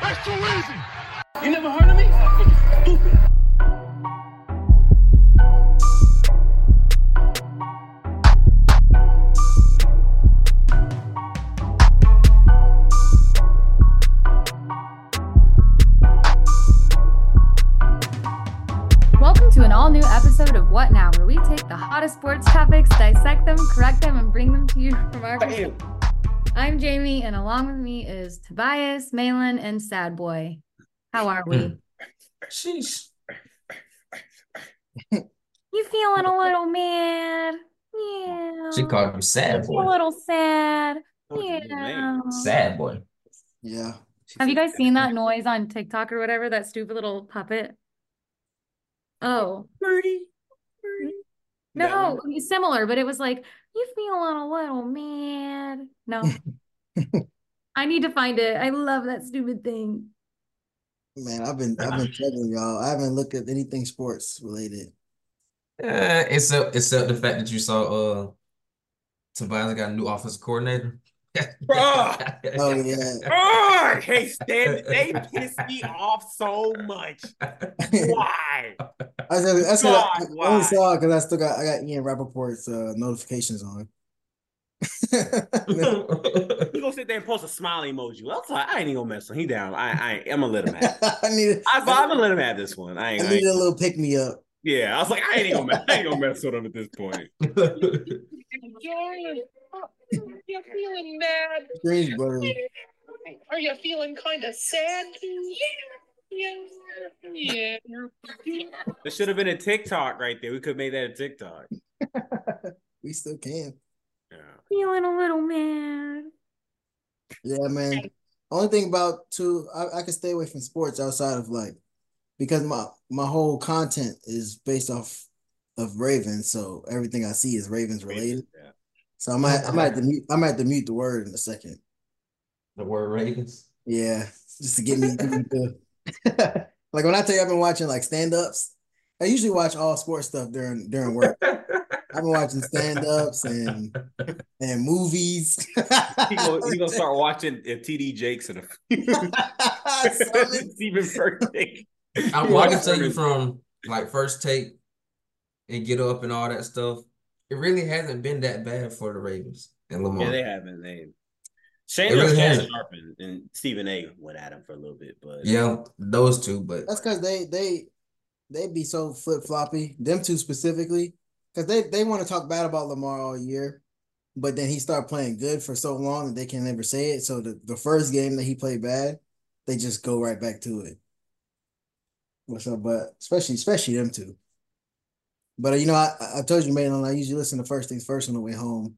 That's too easy. You never heard of me? Fucking Stupid. Welcome to an all new episode of What Now, where we take the hottest sports topics, dissect them, correct them, and bring them to you from our perspective. I'm Jamie, and along with me is Tobias, Malin, and Sad Boy. How are Hmm. we? Sheesh. You feeling a little mad? Yeah. She called him sad You A boy. little sad. What do you mean? Yeah. Sad boy. Yeah. Have you guys seen that noise on TikTok or whatever? That stupid little puppet? Oh. Birdie. No, it's similar, but it was like, you feeling a little mad. No. I need to find it. I love that stupid thing. Man, I've been I've been struggling, y'all. I haven't looked at anything sports related. Uh, except except the fact that you saw uh Tobias got a new offensive coordinator. Bruh. Oh yeah. Oh, I hate Stan. They piss me off so much. Why? I said I said I God, only why? saw because I still got I got Ian Rappaport's uh, notifications on. He gonna sit there and post a smiley emoji. Well, I, I ain't even gonna mess with him. He down. I, I I'm gonna let him have. It. I needed I said, I'm gonna let him have this one. I ain't. I I ain't- needed a little pick me up. yeah, I was like, I ain't even gonna, mess, I ain't gonna mess with him at this point. Enjoy it. You're feeling mad. Greensboro. Are you feeling kind of sad? Yeah. Yeah. Yeah. There should have been a TikTok right there. We could have made that a TikTok. We still can. Yeah. Feeling a little mad. Yeah, man. Only thing about too, I, I can stay away from sports outside of like because my my whole content is based off of Ravens, so everything I see is Ravens related. Yeah. So I might I might have to mute I might have to mute the word in a second. the word Ravens. Yeah, just to get me, get me to, like when I tell you I've been watching like stand-ups, I usually watch all sports stuff during during work. I've been watching stand-ups and and movies. He gonna, he gonna start watching if TD Jakes and a Summons. Stephen Furtick. I, well, I can tell you from like first take and get up and all that stuff. It really hasn't been that bad for the Ravens and Lamar. Yeah, they haven't. They Shane It really Shannon hasn't. Sharpen and Stephen A. went at him for a little bit, but Yeah, those two, but That's because they they they be so flip floppy. Them two specifically, because they they want to talk bad about Lamar all year, but then he start playing good for so long that they can never say it. So the, the first game that he played bad, they just go right back to it. What's up? But especially especially them two. But you know, I I- I told you, Maitland, I usually listen to First Things First on the way home.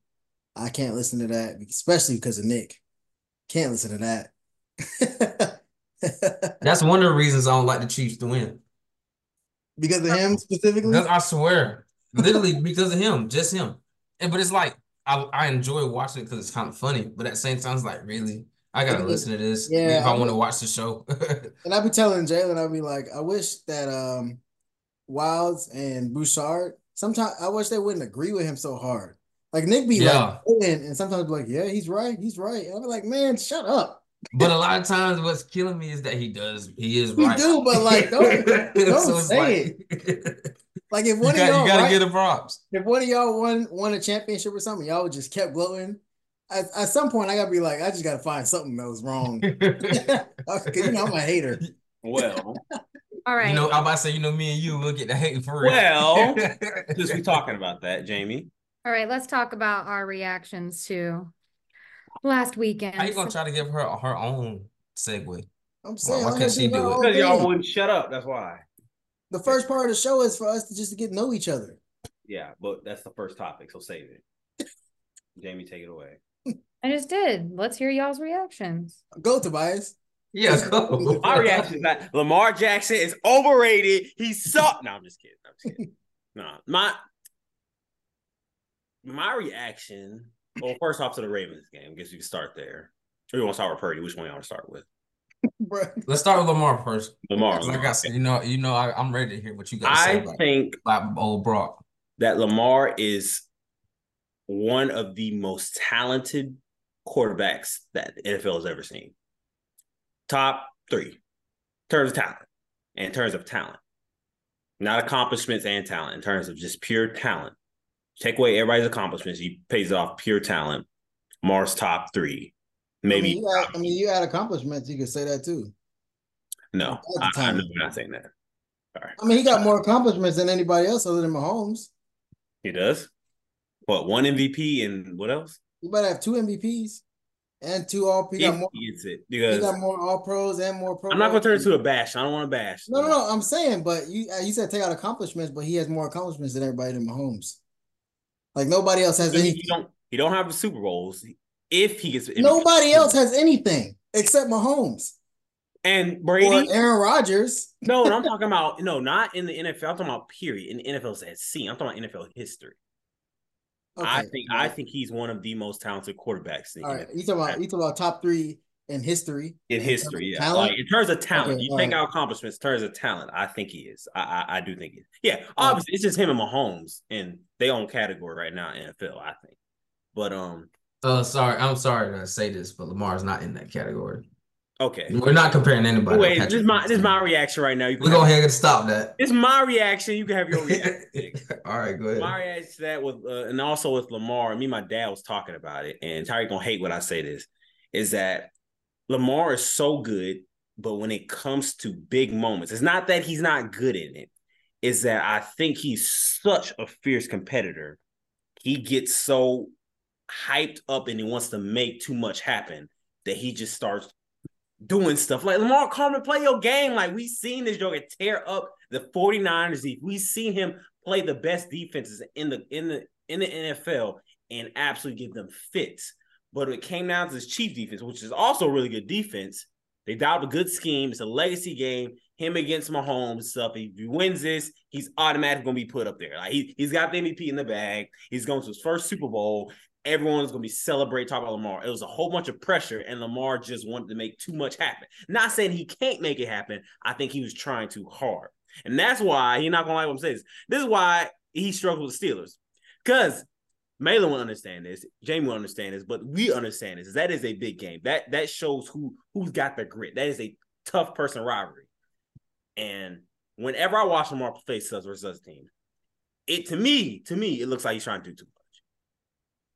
I can't listen to that, especially because of Nick. Can't listen to that. that's one of the reasons I don't like the Chiefs to win. Because of him specifically? Because I swear, literally because of him, just him. And but it's like I, I enjoy watching it because it's kind of funny, but at the same time, it's like really, I gotta Mhm. listen to this Yeah, if I I want to watch the show. And I'd be telling Jalen, I'd be like, I wish that um Wilds and Bouchard, sometimes I wish they wouldn't agree with him so hard. Like Nick be Yeah. like in, and sometimes be like, yeah, he's right, he's right. And I'd be like, man, shut up. but a lot of times, what's killing me is that he does, he is You right. do, but, like, don't- don't it's say like, Like if you one got, of y'all you gotta right- get the props. if one of y'all won won a championship or something, y'all just kept gloating. At, at some point, I gotta be like, I just gotta find something that was wrong. 'Cause, you know, I'm a hater. well, All right. You know, I'm about to say, you know, me and you will get the hate for it. well, since we talking about that, Jamie, All right. Let's talk about our reactions to last weekend. How you gonna try to give her her own segue? I'm saying why let her can't she her do it? own because y'all thing. wouldn't shut up, that's why. The first part of the show is for us to just get to know each other. Yeah, but that's the first topic, so save it. Jamie, take it away. I just did. Let's hear y'all's reactions. Go, Tobias. Yeah, go. My reaction is that Lamar Jackson is overrated. He sucked. No, I'm just kidding. I'm just kidding. No, my my reaction. Well, first off to the Ravens game. I guess you can start there. Or you want to start with Purdy? Which one you want to start with? Bruh. Let's start with Lamar first. Lamar. Like I said, you know, you know, I, I'm ready to hear what you got to say I about, think about old Brock. that Lamar is one of the most talented quarterbacks that the NFL has ever seen. Top three. Terms of talent. In terms of talent. Not accomplishments and talent. In terms of just pure talent. Take away everybody's accomplishments. He pays off pure talent. Mars top three. Maybe I mean, you had, I mean, you had accomplishments. You could say that too. no. all the I, I time. know I'm not saying that. I mean, he got more accomplishments than anybody else other than Mahomes. He does. What one MVP and what else? You better have two MVPs and two all. He got If more. he gets it He because got more all pros and more pros. I'm not gonna turn it into a bash. I don't want to bash. No, no, no. I'm saying, but you uh, you said take out accomplishments, but he has more accomplishments than everybody than Mahomes. Like nobody else has He, he anything. don't. He don't have the Super Bowls. If he gets MVP. Nobody else has anything except Mahomes and or Brady. Aaron Rodgers. no, no, I'm talking about no, not in the NFL. I'm talking about period. In the NFL's at sea. I'm talking about NFL history. Okay. I think I think he's one of the most talented quarterbacks in, All right. You talking about you talking about top three in history? in history. Yeah, Talent? like in terms of talent, Okay, you all think right. our accomplishments. In terms of talent, I think he is. I I, I do think he is. Yeah, obviously it's just him and Mahomes in their own category right now in NFL. I think, but um, Uh, sorry, I'm sorry to say this, but Lamar's not in that category. okay. We're not comparing anybody. to Wait, Patrick this is my Mahomes. this is my reaction right now. You We can go have, ahead and stop that. It's my reaction. You can have your reaction. Nick. All right, go ahead. My reaction to that was, uh, and also with Lamar, me and my dad was talking about it, and Tyreek gonna hate when I say this, is that Lamar is so good, but when it comes to big moments, it's not that he's not good in it, is that I think he's such a fierce competitor. He gets so hyped up and he wants to make too much happen that he just starts doing stuff like Lamar come to play your game. Like we seen this joker tear up the 49ers. Eve. We seen him play the best defenses in the in the in the NFL and absolutely give them fits. But it came down to this Chiefs defense, which is also a really good defense. They dialed a good scheme. It's a legacy game. Him against Mahomes and stuff. If he wins this, he's automatically gonna be put up there. Like he, he's got the MVP in the bag. He's going to his first Super Bowl everyone's gonna be celebrating talking about Lamar. It was a whole bunch of pressure, and Lamar just wanted to make too much happen. Not saying he can't make it happen. I think he was trying too hard, and that's why he's not gonna like what I'm saying. This, This is why he struggled with the Steelers, because. Malin will understand this. Jamie will understand this, but we understand this. That is a big game. That that shows who who's got the grit. That is a tough person rivalry. And whenever I watch Lamar play Suns versus us team, it to me to me it looks like he's trying to do too much.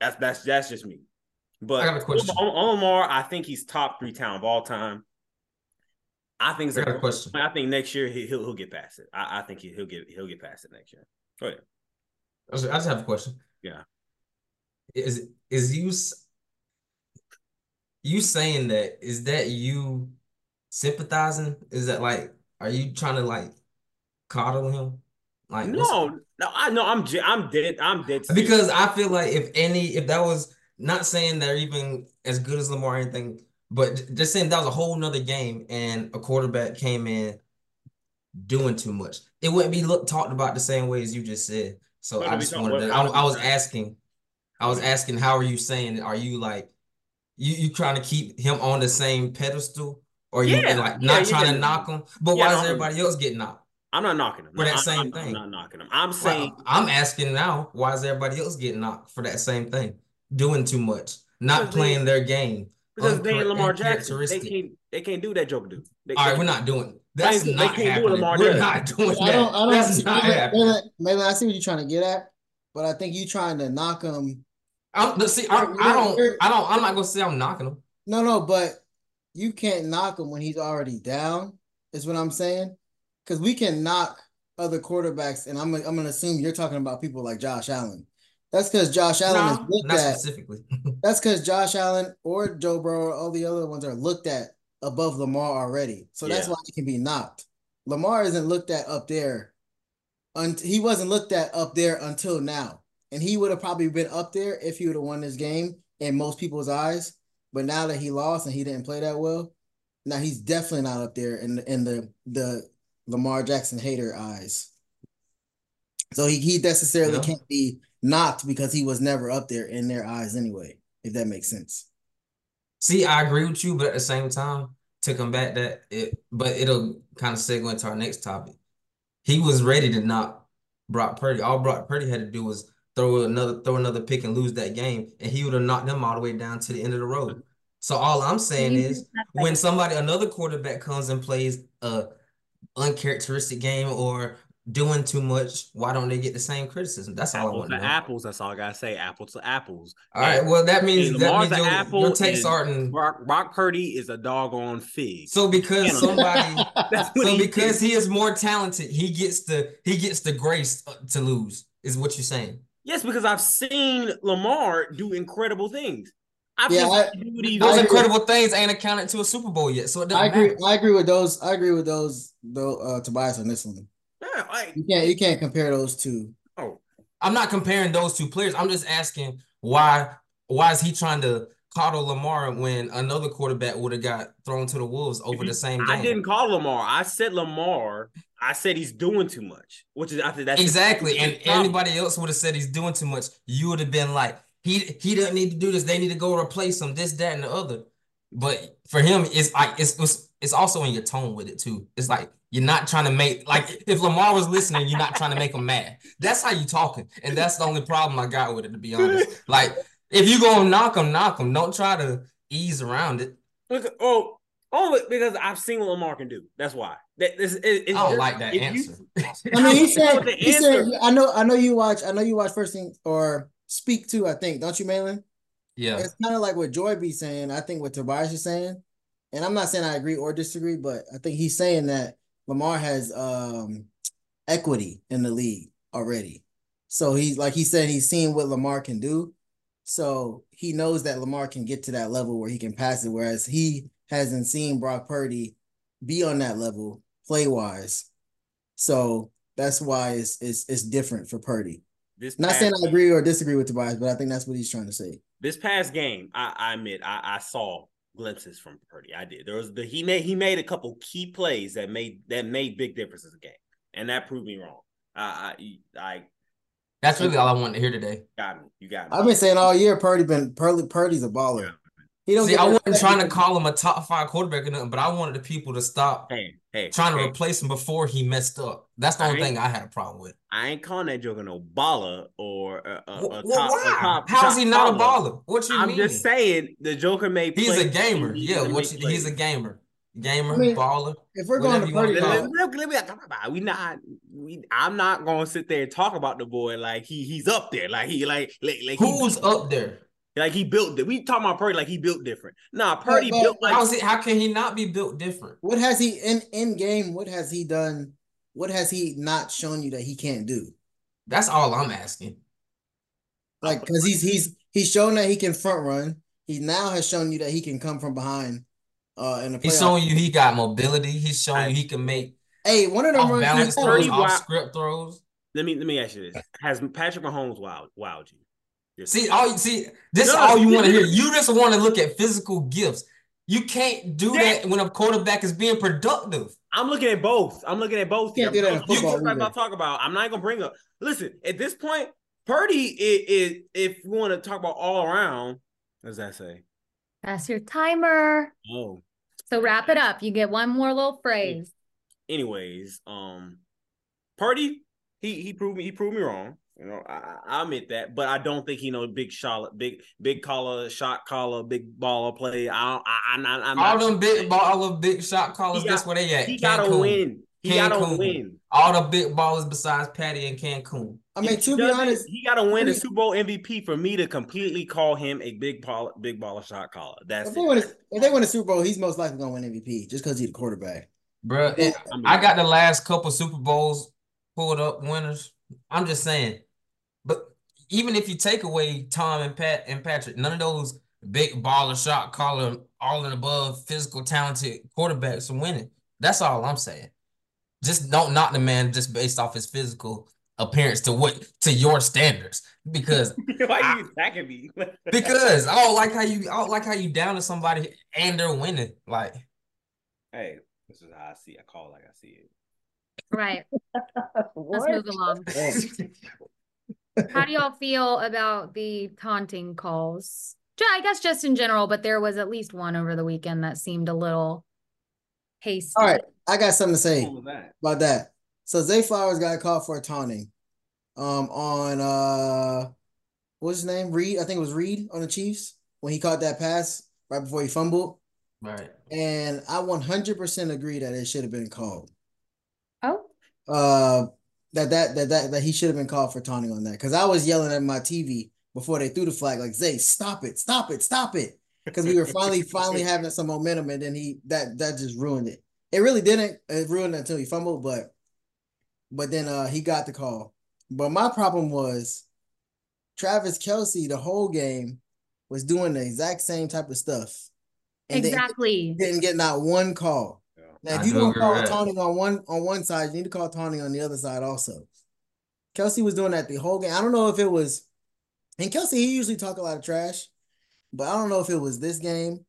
That's that's that's just me. But I got a question. on, on Lamar, I think he's top three talent of all time. I think it's I got a question. I think next year he, he'll he'll get past it. I, I think he, he'll get he'll get past it next year. Go ahead. I just I just have a question. Yeah. Is is you s- you saying that is that you sympathizing? Is that like are you trying to like coddle him? Like what's- No, no, I no, I'm j- I'm dead. I'm dead. serious. because I feel like if any if that was not saying they're even as good as Lamar or anything, but j- just saying that was a whole nother game and a quarterback came in doing too much, it wouldn't be looked talked about the same way as you just said. So But I we just talk- wanted what- to, I, I was asking, I was asking, how are you saying? it? Are you like you you trying to keep him on the same pedestal, or you Yeah, like yeah, not you trying can- to knock him? But Yeah, why no, does I'm- everybody else get knocked? I'm not knocking him. For that I'm- same I'm- I'm thing. not knocking him. I'm saying Well, I'm asking now, why is everybody else getting knocked for that same thing? Doing too much, not Because they- playing their game. because they ain't uncharacter- Lamar Jackson. They uncharacteristic. can't they can't do that Joker dude. They, All right, they- we're not doing it. That's They- they not can't do what happening. Lamar We're does. not doing I don't. that. I That's don't. not Maybe, happening. maybe I see what you're trying to get at, but I think you trying to knock him. I'm, but see, I, I You're- you're- don't, I don't, I'm not gonna say I'm knocking him. No, no, but you can't knock him when he's already down, is what I'm saying. Because we can knock other quarterbacks, and I'm gonna- I'm gonna assume you're talking about people like Josh Allen. That's because Josh Allen is No, looked not at. specifically. That's because Josh Allen or Joe Burrow, all the other ones are looked at above Lamar already. So that's Yeah. why he can be knocked. Lamar isn't looked at up there. Un- he wasn't looked at up there until now. And he would have probably been up there if he would have won this game in most people's eyes. But now that he lost and he didn't play that well, now he's definitely not up there in in the the Lamar Jackson hater eyes. So he, he necessarily Yeah. can't be knocked because he was never up there in their eyes anyway, if that makes sense. See, I agree with you, but at the same time, to combat that, it but it'll kind of segue into our next topic. He was ready to knock Brock Purdy. All Brock Purdy had to do was throw another throw another pick and lose that game, and he would have knocked them all the way down to the end of the road. So all I'm saying Maybe is that's like- when somebody another quarterback comes and plays a uncharacteristic game or doing too much, why don't they get the same criticism? That's all I Apples want to to know. apples. That's all I gotta say. Apples to apples. All right, well that means And that Lamar's means an your, apple your takes and- aren't. Brock, Brock Purdy is a doggone fig. So because Animal. somebody That's what so he because is. he is more talented, he gets the he gets the grace uh, to lose. Is what you're saying? yes, because I've seen Lamar do incredible things. I've Yeah, just I- seen him do these- Those agree. incredible things ain't accounted to a Super Bowl yet, so it doesn't I agree. matter. I agree with those. I agree with those. Though uh, Tobias on this one, Yeah, like, you can't you can't compare those two. oh, I'm not comparing those two players. I'm just asking why why is he trying to coddle Lamar when another quarterback would have got thrown to the wolves over the same game? I didn't call Lamar. I said Lamar. I said he's doing too much, which is I think that's exactly. And that's the problem. anybody else would have said he's doing too much. You would have been like, he he doesn't need to do this. They need to go replace him. This, that, and the other. But for him, it's like it's it's, it's also in your tone with it too. It's like you're not trying to make like if Lamar was listening, you're not trying to make him mad. That's how you talking, and that's the only problem I got with it to be honest. Like if you gonna knock him, knock him. Don't try to ease around it. Because, oh, only because I've seen what Lamar can do. That's why. That this it, it's I don't just- like that if you- answer. I mean, That's he said, the he said. answer. I know. I know you watch. I know you watch first thing or speak to. I think don't you, Malin? yeah, It's kind of like what Joy be saying. I think what Tobias is saying, and I'm not saying I agree or disagree, but I think he's saying that Lamar has um equity in the league already. So he's like he said, he's seen what Lamar can do. So he knows that Lamar can get to that level where he can pass it, whereas he hasn't seen Brock Purdy be on that level play wise. So that's why it's it's it's different for Purdy. This Not past, saying I agree or disagree with Tobias, but I think that's what he's trying to say. this past game, I, I admit, I, I saw glimpses from Purdy. I did. There was the he made he made a couple key plays that made that made big differences in the game, and that proved me wrong. I I, I that's really all I wanted to hear today. got me. You got me. I've been saying all year Purdy been Purdy Purdy's a Yeah. baller. He don't See, get I the wasn't respect trying to because- call him a top five quarterback or nothing, but I wanted the people to stop hey, hey, trying to hey, replace him before he messed up. That's the only Right. thing I had a problem with. I ain't calling that joker no baller or a, a, Well, Uh, a top. well, a why? top- How is top he not a baller? What you I'm mean? just saying the Joker made. he's a plays. gamer. He Yeah, needs to what make you, he's a plays. gamer, gamer, I mean, baller. If we're Whatever going to you wanna Purdy, Let- call let- it. though, let- let me talk about it. We not. We, I'm not going to sit there and talk about the boy like he he's up there. Like he like like, like he Who's up there? like he built. di- We talking about Purdy like he built different. Nah, Purdy but- built How like is it? How can he not be built different? what has he in in game? What has he done? What has he not shown you that he can't do? That's all I'm asking. Like because he's he's he's shown that he can front run. He now has shown you that he can come from behind. Uh, in the He's playoffs. showing you he got mobility. He's showing I- you he can make hey, one of them off runs. balance he had- throws, Purdy off wa- script throws. Let me let me ask you this: Has Patrick Mahomes wild wowed you? This- See, all you see, this is No, all you want to you- hear. You just want to look at physical gifts. You can't do Yeah. that when a quarterback is being productive. I'm looking at both. I'm looking at both. Can't here. do that I'm in talking- football I'm either. not talk about. I'm not gonna bring up. Listen, at this point, Purdy is, is if we want to talk about all around. What does that say? That's your timer. Oh, So wrap it up. You get one more little phrase. anyways, um, Purdy, he he proved me he proved me wrong. You know, I, I I admit that, but I don't think he know big shot, big big collar, shot collar, big baller play. I don't, I, I, I, I'm All not- them big ball of big shot callers, He guess got- where they at? He gotta Cancun. win. He gotta Cancun. win. All the big ballers besides Patty and Cancun. I mean, If he to be doesn't, honest, he gotta win the Purdy- Super Bowl MVP for me to completely call him a big ball, big baller shot caller. That's if it. they win, a, if they win a Super Bowl, he's most likely gonna win MVP just because he's the quarterback. Bruh, it- I mean, I got the last couple Super Bowls pulled up winners. I'm just saying. But even if you take away Tom and Pat and Patrick, none of those big baller shot caller, all and above physical talented quarterbacks are winning. That's all I'm saying. Just don't knock the man just based off his physical appearance to what to your standards. Because why you attacking me? because I don't like how you I don't like how you down to somebody and they're winning. Like hey, this is how I see. it. I call it like I see it. Right. Let's move along. How do y'all feel about the taunting calls? Ju- I guess just in general, but there was at least one over the weekend that seemed a little hasty. All right, I got something to say. What was that? about that. So Zay Flowers got caught for a taunting. Um on uh what's his name? Reed. I think it was Reed on the Chiefs when he caught that pass right before he fumbled. Right. And I 100% agree that it should have been called. Oh, Uh, that that that that, that he should have been called for taunting on that because I was yelling at my TV before they threw the flag like Zay, stop it, stop it, stop it, because we were finally finally having some momentum and then he that that just ruined it. It really didn't. It ruined it until he fumbled, but but then uh he got the call. But my problem was Travis Kelsey the whole game was doing the exact same type of stuff. And they- exactly. didn't get not one call. Yeah. Now, I if you do don't agree call with that. taunting on one on one side, you need to call taunting on the other side also. Kelsey was doing that the whole game. I don't know if it was, and Kelsey he usually talk a lot of trash, but I don't know if it was this game.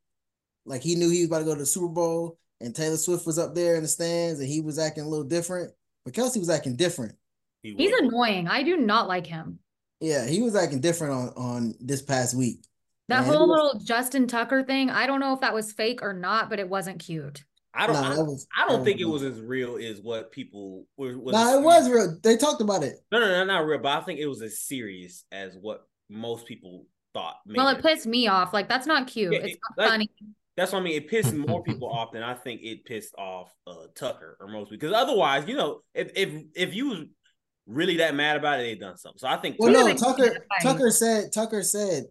Like he knew he was about to go to the Super Bowl, and Taylor Swift was up there in the stands, and he was acting a little different. But Kelsey was acting different. He He's would. annoying. I do not like him. Yeah, he was acting different on on this past week. That Man, it whole was- little Justin Tucker thing, I don't know if that was fake or not, but it wasn't cute. I don't. Nah, I- that was- I that don't think it real. was as real as what people were. was Nah, it was real. They talked about it. No, no, no, not real. But I think it was as serious as what most people thought. made Well, it. it pissed me off. Like, that's not cute. Yeah, It's it- not like- funny. That's what I mean. It pissed more people off than I think it pissed off uh, Tucker or most because otherwise, you know, if if if you was really that mad about it, they done something. So I think Well, Tucker no, didn't Tucker. clarify. Tucker said. Tucker said.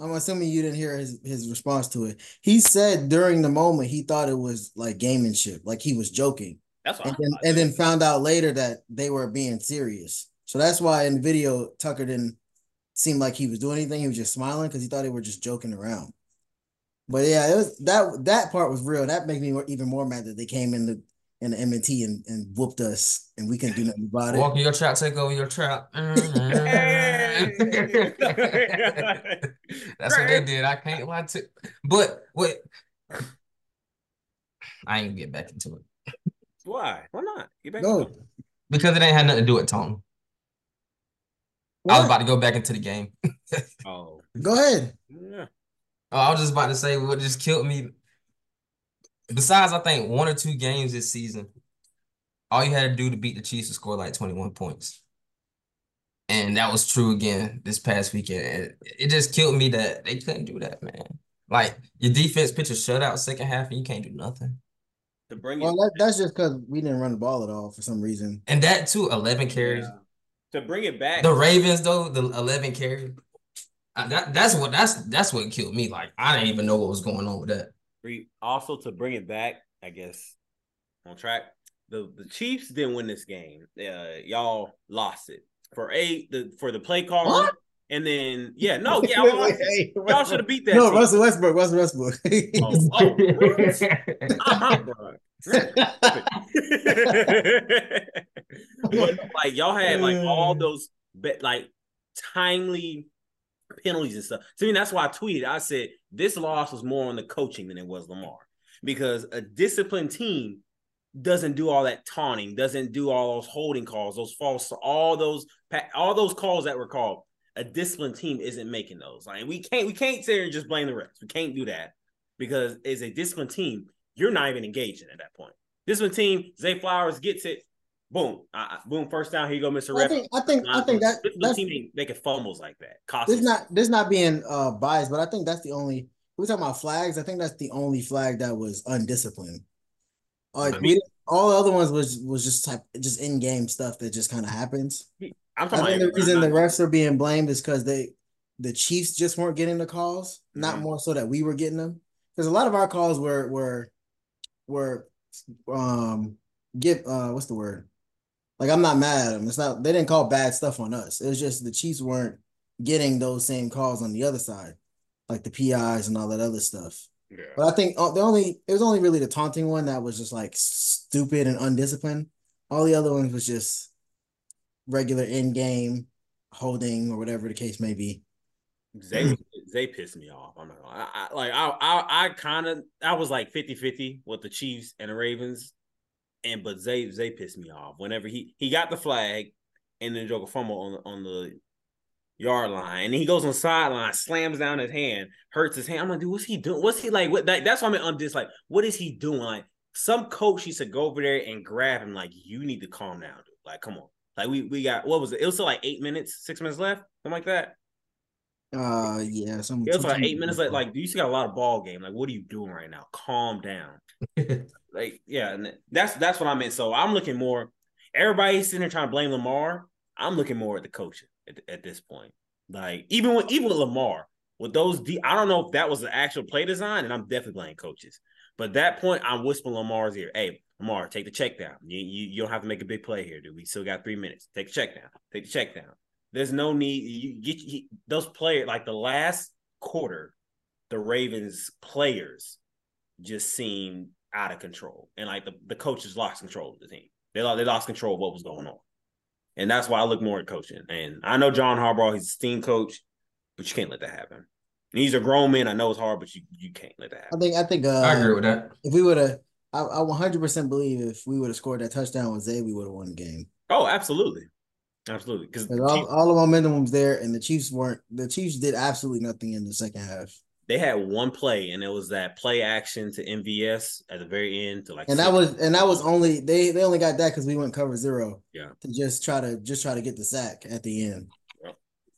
I'm assuming you didn't hear his his response to it. He said during the moment he thought it was like gamesmanship, like he was joking, that's what and I then thought. and then found out later that they were being serious. So that's why in the video Tucker didn't seem like he was doing anything. He was just smiling because he thought they were just joking around. But yeah, it was that that part was real. That made me even more mad that they came in the in the M&T and and whooped us and we couldn't do nothing about it. Walk in your trap, take over your trap. Mm-hmm. Hey! That's what they did. I can't lie to. But wait, I ain't gonna get back into it Why? Why not? Get back No. to them. because it ain't had nothing to do with Tone. I was about to go back into the game. Oh, Go ahead. yeah. Oh, I was just about to say what just killed me. Besides, I think one or two games this season, all you had to do to beat the Chiefs was score like 21 points. And that was true again this past weekend. And it- it just killed me that they couldn't do that, man. Like your defense pitched a shutout second half and you can't do nothing. To bring Well, it that, that's just because we didn't run the ball at all for some reason. And that too, 11 carries. yeah. to bring it back. The Ravens though, the 11 carries. Uh, That that's what that's that's what killed me. Like I didn't even know what was going on with that. Re- also to bring it back, I guess, on track. The the Chiefs didn't win this game. Uh, y'all lost it for eight the for the play call, What? and then yeah, no, yeah, y'all, lost it. y'all should have beat that. No, team. Russell Westbrook. Russell Westbrook. Oh, oh, really? I'm out, bro. but, like y'all had like Uh. all those bet like timely penalties and stuff. To me, that's why I tweeted. I said this loss was more on the coaching than it was Lamar because a disciplined team doesn't do all that taunting, doesn't do all those holding calls, those false, all those pa- all those calls that were called. A disciplined team isn't making those. Like we can't we can't sit here and just blame the refs. We can't do that because as a disciplined team, you're not even engaging at that point. Disciplined team, Zay Flowers gets it, boom, uh, boom, first down. Here you go, Mister I Rep. think. I think. I think that disciplined that's team ain't making fumbles like that. Cost this not this not being uh biased, but I think that's the only. We're talking about flags. I think that's the only flag that was undisciplined. Like we didn't- all the other ones was was just type just in game stuff that just kind of happens. I'm I talking think about the reason the everybody. refs are being blamed is because they the Chiefs just weren't getting the calls, not Mhm. more so that we were getting them. Because a lot of our calls were were were um give uh what's the word? Like I'm not mad at them. It's not they didn't call bad stuff on us. It was just the Chiefs weren't getting those same calls on the other side, like the PIs and all that other stuff. Yeah. But I think uh, the only it was only really the taunting one that was just like stupid and undisciplined. All the other ones was just regular in game holding or whatever the case may be. Zay, Zay pissed me off. I'm not gonna, lie. I, I, like I I, I kind of I was like 50-50 with the Chiefs and the Ravens, and but Zay Zay pissed me off. Whenever he he got the flag and then drove a fumble on the- on the yard line, and then he goes on sideline, slams down his hand, hurts his hand. I'm like, dude, what's he doing? What's he like? What that, that's why I'm on this. Like, what is he doing? Like, some coach used to go over there and grab him. Like, you need to calm down, dude. Like, come on. Like, we we got what was it? It was still like eight minutes, six minutes left, something like that. Uh, yeah. Some, It was like something- eight minutes late. Like, you still got a lot of ball game. Like, what are you doing right now? Calm down. like, yeah, and that's that's what I meant. So I'm looking more. Everybody's sitting there trying to blame Lamar. I'm looking more at the coaching at, at this point. Like, even with even with Lamar, with those, de- I don't know if that was the actual play design, and I'm definitely blaming coaches. But at that point, I'm whispering Lamar's ear, "Hey, Lamar, take the check down. You, you you don't have to make a big play here, dude. We still got three minutes. Take the check down. Take the check down. There's no need. You get you, those players like the last quarter, the Ravens players just seemed out of control, and like the, the coaches lost control of the team. They lost they lost control of what was going on, and that's why I look more at coaching. And I know John Harbaugh, he's a steam coach, but you can't let that happen. And he's a grown man. I know it's hard, but you you can't let that I happen. think. I think. Uh, I agree with that. If we would have, I, I 100% believe if we would have scored that touchdown with Zay, we would have won the game. Oh, absolutely, absolutely. Because Like all, all the momentum was there, and the Chiefs weren't. The Chiefs did absolutely nothing in the second half, they had one play, and it was that play action to MVS at the very end to like. and that was and that was only they they only got that because we went cover zero. Yeah. to just try to just try to get the sack at the end.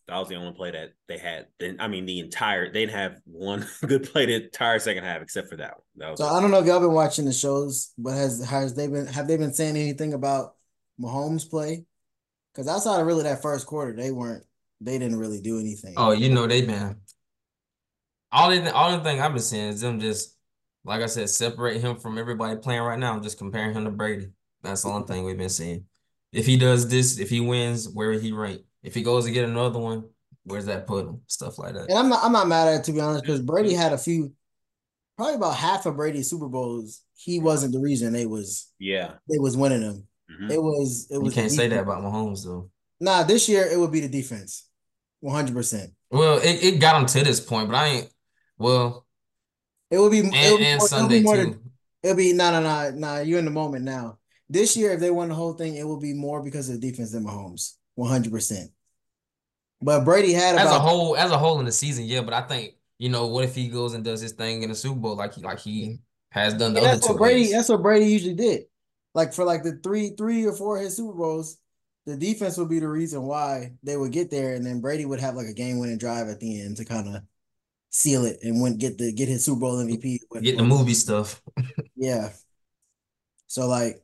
That was the only play that they had. Then I mean, the entire they didn't have one good play the entire second half except for that one. That was So I don't know if y'all been watching the shows, but has has they been have they been saying anything about Mahomes' play? Because outside of really that first quarter, they weren't they didn't really do anything. Oh, you know they've been all the all the thing I've been seeing is them just like I said, separate him from everybody playing right now. I'm just comparing him to Brady. That's the only thing we've been seeing. If he does this, if he wins, where would he rank? If he goes to get another one, where's that put him? Stuff like that. And I'm not I'm not mad at it to be honest, because Brady had a few, probably about half of Brady's Super Bowls. He wasn't the reason they was yeah. they was winning them. Mhm. It was it You was. the can't say that defense. about Mahomes though. Nah, this year it would be the defense, one hundred percent. Well, it, it got him to this point, but I ain't well It would be it and, would be and more- it would be Sunday more too. than- It'll be no, no, no, no. You're in the moment now. This year, if they won the whole thing, it will be more because of the defense than Mahomes, one hundred percent. But Brady had As a about whole, as a whole in the season, yeah, but I think, you know, what if he goes and does his thing in the Super Bowl like he like he has done the And other that's two what Brady. years? That's what Brady usually did. Like for like the three, three or four of his Super Bowls, the defense would be the reason why they would get there, and then Brady would have like a game winning drive at the end to kind of seal it and win get the get his Super Bowl MVP. Get the movie stuff. Yeah. So like,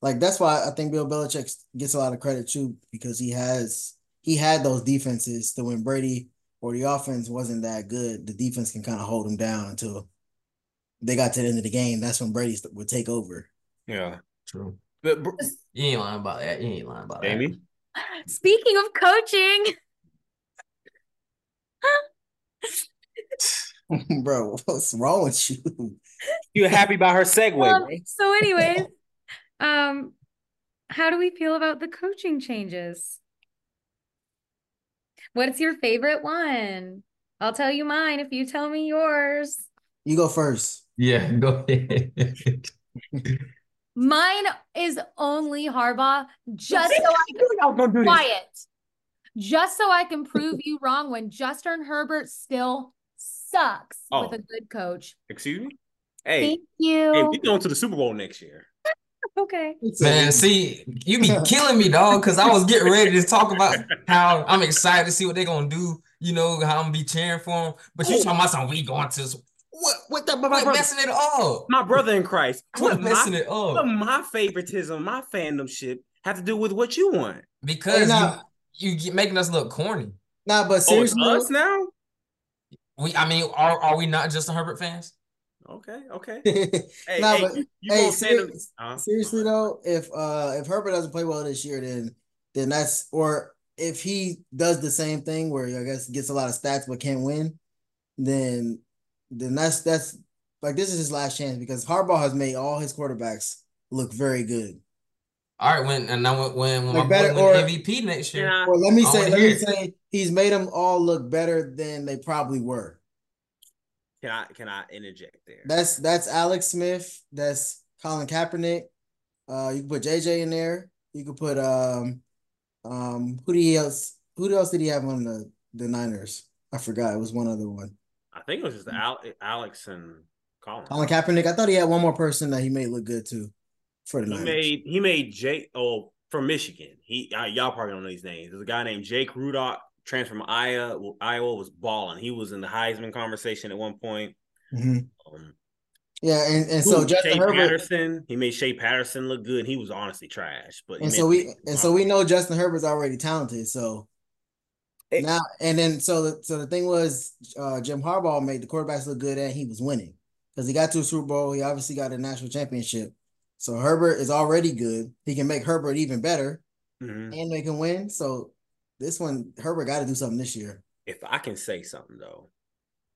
like that's why I think Bill Belichick gets a lot of credit too because he has he had those defenses that when Brady or the offense wasn't that good, the defense can kind of hold him down until they got to the end of the game. That's when Brady st- would take over. Yeah. True. But, br- You ain't lying about that. You ain't lying about that. Amy? Speaking of coaching, Bro, what's wrong with you? you happy about her segue, um, bro? so anyways, um, how do we feel about the coaching changes? What's your favorite one? I'll tell you mine if you tell me yours. You go first. Yeah, go ahead. Mine is only Harbaugh, just so I can I was gonna do this. quiet. Just so I can prove you wrong when Justin Herbert still sucks Oh. with a good coach. Excuse me. Hey, Thank you. hey, we going to the Super Bowl next year. okay. Man, see, you be killing me, dog, because I was getting ready to talk about how I'm excited to see what they're gonna do, you know, how I'm gonna be cheering for them. But you Oh. talking about something we going to what what the my what brother- messing it up. My brother in Christ. What Quit messing my, it what up my favoritism, my fandom shit have to do with what you want? because nah. you you get- making us look corny. Nah, but Oh, it's seriously, us now? We I mean, are are we not Justin Herbert fans? Okay, okay. Hey, nah, hey, but you, you hey, gonna send them- serious- Huh? Seriously though, if uh if Herbert doesn't play well this year, then then that's or if he does the same thing where I guess gets a lot of stats but can't win, then then that's that's like this is his last chance because Harbaugh has made all his quarterbacks look very good. All right, when and I went when when my Like better- boy or- win MVP next year. Yeah. Well, let me I say, wanna let hear me it. say, he's made them all look better than they probably were. Can I can I interject there? That's that's Alex Smith. That's Colin Kaepernick. Uh, you can put JJ in there. You could put um, um, who do he else? Who else did he have on the the Niners? I forgot. It was one other one. I think it was just Al- Alex and Colin. Colin Kaepernick. I thought he had one more person that he made look good too for the He Niners. made he made Jake oh from Michigan. He uh, y'all probably don't know these names. There's a guy named Jake Rudock transfer from Iowa. Iowa was balling. He was in the Heisman conversation at one point. Mhm. Um, Yeah, and, and so ooh, Justin Shea Herbert Patterson, he made Shea Patterson look good. He was honestly trash, but he and made so we him look and so good. we know Justin Herbert's already talented. So It- now and then so the, so the thing was uh, Jim Harbaugh made the quarterbacks look good and he was winning because he got to a Super Bowl. He obviously got a national championship. So Herbert is already good. He can make Herbert even better Mhm. and they can win. So this one Herbert got to do something this year. If I can say something though,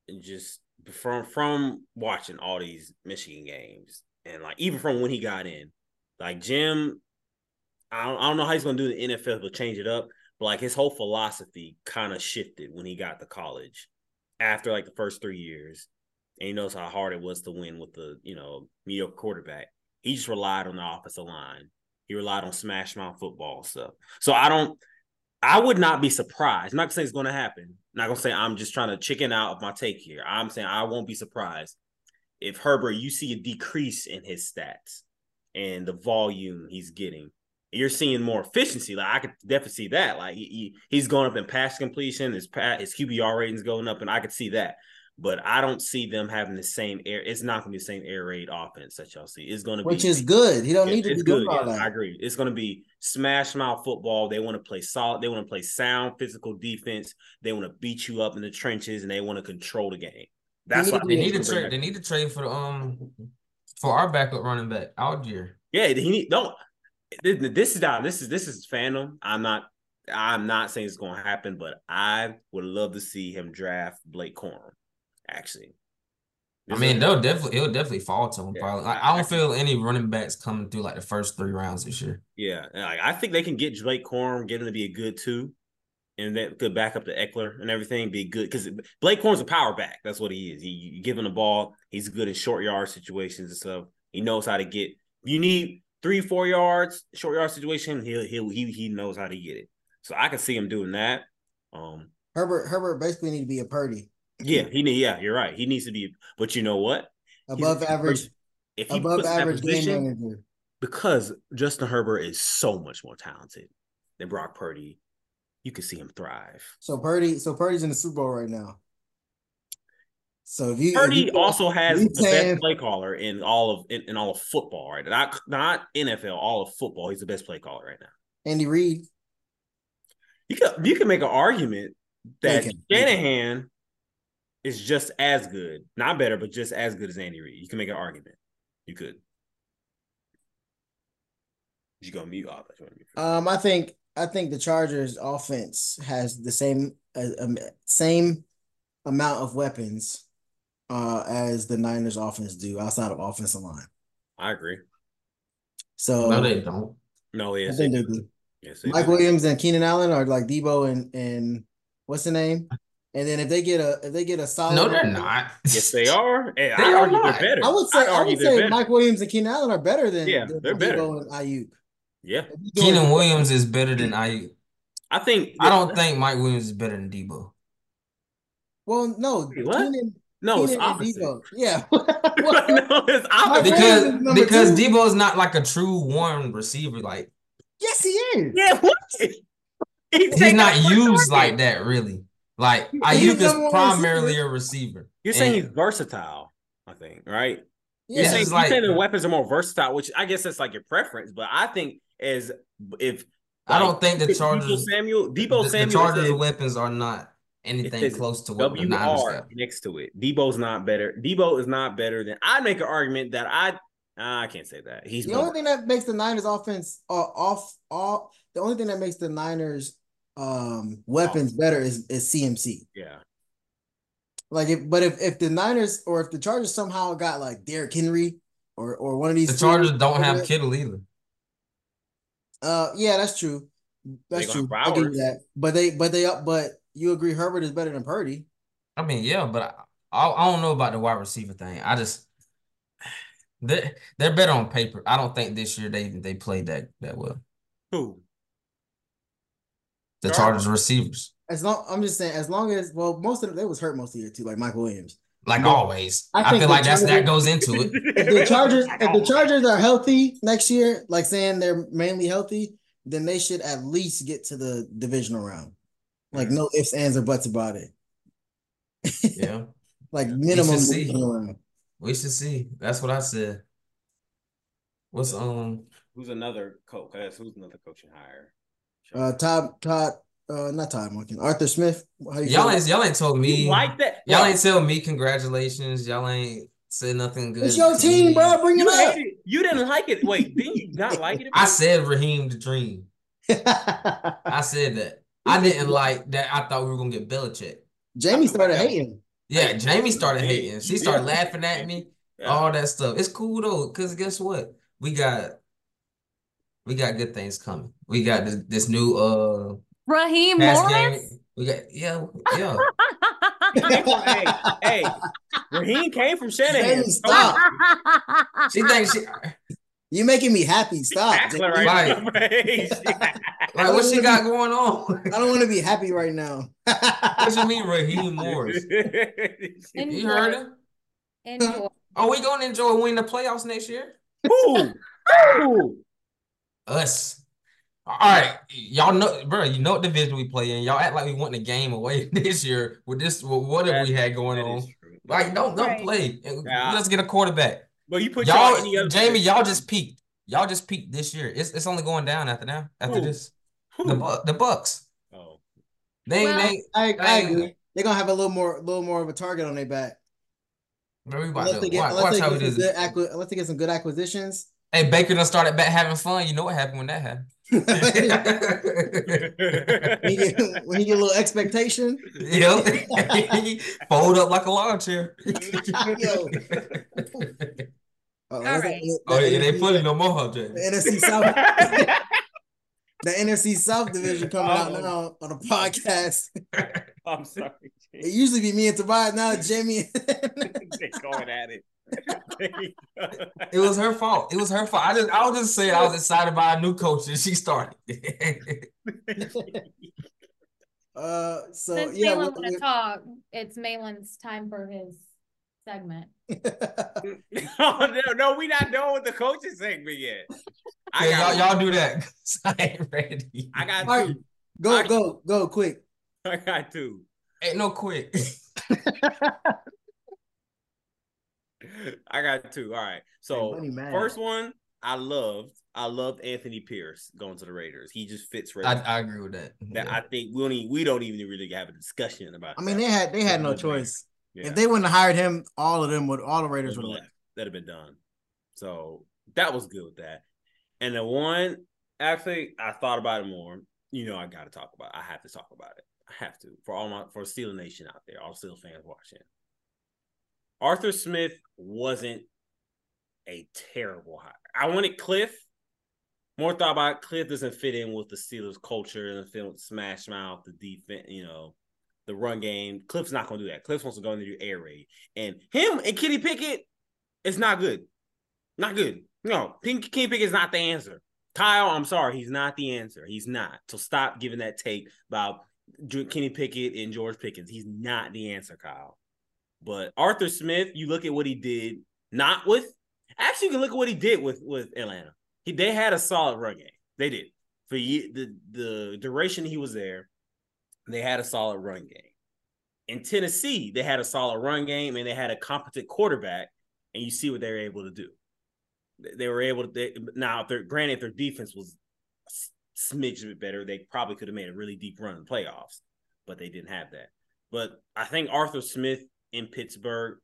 and just from from watching all these Michigan games and like even from when he got in, like Jim, I don't, I don't know how he's gonna do the NFL but change it up, but like his whole philosophy kind of shifted when he got to college after like the first three years, and he knows how hard it was to win with the you know mediocre quarterback. He just relied on the offensive line. He relied on smash mouth football and stuff. So I don't. I would not be surprised. I'm not gonna say it's gonna happen. I'm not gonna say I'm just trying to chicken out of my take here. I'm saying I won't be surprised if Herbert, you see a decrease in his stats and the volume he's getting. You're seeing more efficiency. Like I could definitely see that. Like he, he- he's going up in pass completion, his pa- his QBR rating's going up, and I could see that. But I don't see them having the same air. It's not gonna be the same air raid offense that y'all see. It's gonna Which be is good. He don't it- need to it's be good good. for all yeah, I that. agree. It's going to be smash mouth football. They want to play solid. They want to play sound physical defense. They want to beat you up in the trenches, and they want to control the game. That's need why to They be- need to to trade. They need to trade for the um for our backup running back Algier. Yeah, he need don't. This, this is not. This is this is fandom. I'm not. I'm not saying it's going to happen, but I would love to see him draft Blake Corum. Actually, I This mean, is- they'll definitely it'll definitely fall to him. Yeah, Probably. Like, I- I I don't can- feel any running backs coming through like the first three rounds this year. Yeah, and, like, I think they can get Blake Corum, get him to be a good two, and that could back up to Eckler and everything. Be good because Blake Corn's a power back. That's what he is. He you give him the ball. He's good in short yard situations and stuff. He knows how to get. You need three, four yards, short yard situation. He'll he'll he he knows how to get it. So I can see him doing that. Um, Herbert Herbert basically need to be a Purdy yeah, he need. Yeah, you're right. He needs to be. But you know what? He's a above good average person. If he above puts in that average game position, manager. because Justin Herbert is so much more talented than Brock Purdy, you can see him thrive. So Purdy, so Purdy's in the Super Bowl right now. So if you, if Purdy you- also has you the saying- best play caller in all of in, in all of football, right? Not not NFL, all of football. He's the best play caller right now. Andy Reid, You can you can make an argument that They can. Shanahan is just as good, not better, but just as good as Andy Reid. You can make an argument. You could. You gonna mute all that? um, I think I think the Chargers offense has the same uh, um, same amount of weapons uh, as the Niners offense do outside of offensive line. I agree. So No, they don't. No, I yes, think they do. yes, it Mike is. Williams and Keenan Allen are like Debo and and what's the name? And then if they get a if they get a solid No, they're not. Yes, they are. Hey, They I are argue not. they're better. I would say I, argue would they're say better. Mike Williams and Keenan Allen are better than Yeah, than they're Debo better. and Ayuk. Yeah, If you doing- Keenan Williams is better than I. I think. I don't think Mike Williams is better than Debo. Well, no, Wait, what? Keenan, No, it's Keenan and opposite. Debo. Yeah. no, it's opposite. Williams Because is number because two. Debo is not like a true warm receiver. Like yes, he is. Yeah, what? he's not used like that really. Like He's Ayuk is number one primarily receiver. a receiver. You're saying he's And- versatile, I think, right? Yeah. You're saying, It's you're like- saying the weapons are more versatile, which I guess that's like your preference, but I think as if I don't think the if Debo Chargers Samuel, the, Debo the Samuel Chargers' said weapons are not anything says close to what the Niners WR got. next to it. Debo's not better. Debo is not better than I'd make an argument that I I can't say that. He's The more- only thing that makes the Niners offense uh, off all the only thing that makes the Niners um weapons better is is CMC. yeah. Like if but if if the Niners or if the Chargers somehow got like Derrick Henry or or one of these The Chargers two- don't have Kittle either. Uh, yeah, that's true. That's gonna true. have I give you Broward. that. But they, but they, but you agree Herbert is better than Purdy. I mean, yeah, but I, I, I don't know about the wide receiver thing. I just they're they're better on paper. I don't think this year they they played that that well. Who? The Chargers. Chargers receivers, As long, I'm just saying, as long as well, most of them they was hurt most of the year too, like Michael Williams. like No. always. I I, think feel the like that's that Chargers- goes into it. If the Chargers, if the Chargers are healthy next year, like saying they're mainly healthy, then they should at least get to the divisional round. Like no ifs, ands, or buts about it. Yeah, Like should minimum. see. minimum. we should see. That's what I said. What's um? Who's another coach? That's who's another coach you hire? Uh, Todd, Todd, uh, not Todd Munkin, Arthur Smith. How you Y'all feel? ain't y'all ain't told me. you like that? Y'all Bro, ain't tell me congratulations. Y'all ain't said nothing good. It's your team, bro. Bring you it hated it. You didn't like it. Wait, didn't you not like it? I said Raheem the dream. up. I said that. I didn't like that. I thought we were gonna get Belichick. Jamie started Yeah. hating. Yeah, Jamie started hating. She started Yeah. laughing at me. Yeah. All that stuff. It's cool though, because guess what? We got we got good things coming. We got this, this new uh Raheem pass Morris? game. We got yeah, yeah. hey, hey, Raheem came from Shanahan. Jamie, stop. She thinks she like You're making me happy. Stop. Tackler Jamie. right now. what she got going on? I don't want to be happy right now. What you mean Raheem Morris? You heard him? Enjoy. Are we gonna enjoy winning the playoffs next year? Who? Who? Us. All right, y'all know, bro. You know what division we play in. Y'all act like we won the game away this year with this. With what have we had going That on? is true. Like, don't don't Right. play. Uh, Yeah. Let's get a quarterback. But you put Y'all, y'all, any other Jamie, position. y'all just peaked. Y'all just peaked this year. It's it's only going down after now. After Who? this, Who? the Bu- the Bucks. Oh. They ain't- Well- they ain't. I, I Dang. agree. They're gonna have a little more, little more of a target on their back. Bro, we about Unless to they get, watch, unless watch they how get it some is. good acqui- unless they get some good acquisitions. Hey, Baker done started back having fun. You know what happened when that happened. when, you get, when you get a little expectation, You know, fold up like a lawn chair. yo. Oh, that's right. the- oh the yeah, they NFC pulling no more, huh, Jamie? The NFC South, the NFC South division coming out Oh. now on a podcast. I'm sorry. It used to be me and Tobias. Now it's Jamie. They're going at it. It was her fault. It was her fault. I just, I was just saying, I was excited by a new coach and she started. uh, so Since yeah, Malin we- want to talk, it's Malin's time for his segment. we- no, no, no, we not done with the coaching segment yet. I yeah, got y'all, y'all do that. 'cause I ain't ready. I got All right. two. go, go, go, quick. I got two. ain't no quick. I got two. All right. So Money man. first one, I loved. I loved Anthony Pierce going to the Raiders. He just fits right. I, in. I agree with that. that Yeah. I think we don't even, we don't even really have a discussion about. I mean, that. they had they had no Yeah. choice. Yeah. If they wouldn't have hired him, all of them would all the Raiders That'd would been have left. That'd have been done. So that was good with that. And the one, actually, I thought about it more. You know, I got to talk about. It. I have to talk about it. I have to for all my for Steel Nation out there, all Steel fans watching. Arthur Smith wasn't a terrible hire. I wanted Cliff. More thought about Cliff doesn't fit in with the Steelers culture and the film smash mouth, the defense, you know, the run game. Cliff's not gonna do that. Cliff wants to go in and do air raid. And him and Kenny Pickett it's not good. Not good. No, Pink- Kenny Pickett is not the answer. Kyle, I'm sorry, he's not the answer. He's not. So stop giving that take about Dr- Kenny Pickett and George Pickens. He's not the answer, Kyle. But Arthur Smith, you look at what he did, not with. Actually, you can look at what he did with with Atlanta. He they had a solid run game. They did for ye- the the duration he was there. They had a solid run game. In Tennessee, they had a solid run game and they had a competent quarterback and you see what they were able to do. They- They were able to. They, now, if their granted, if their defense was a s- smidge bit better, they probably could have made a really deep run in the playoffs, but they didn't have that. But I think Arthur Smith in Pittsburgh,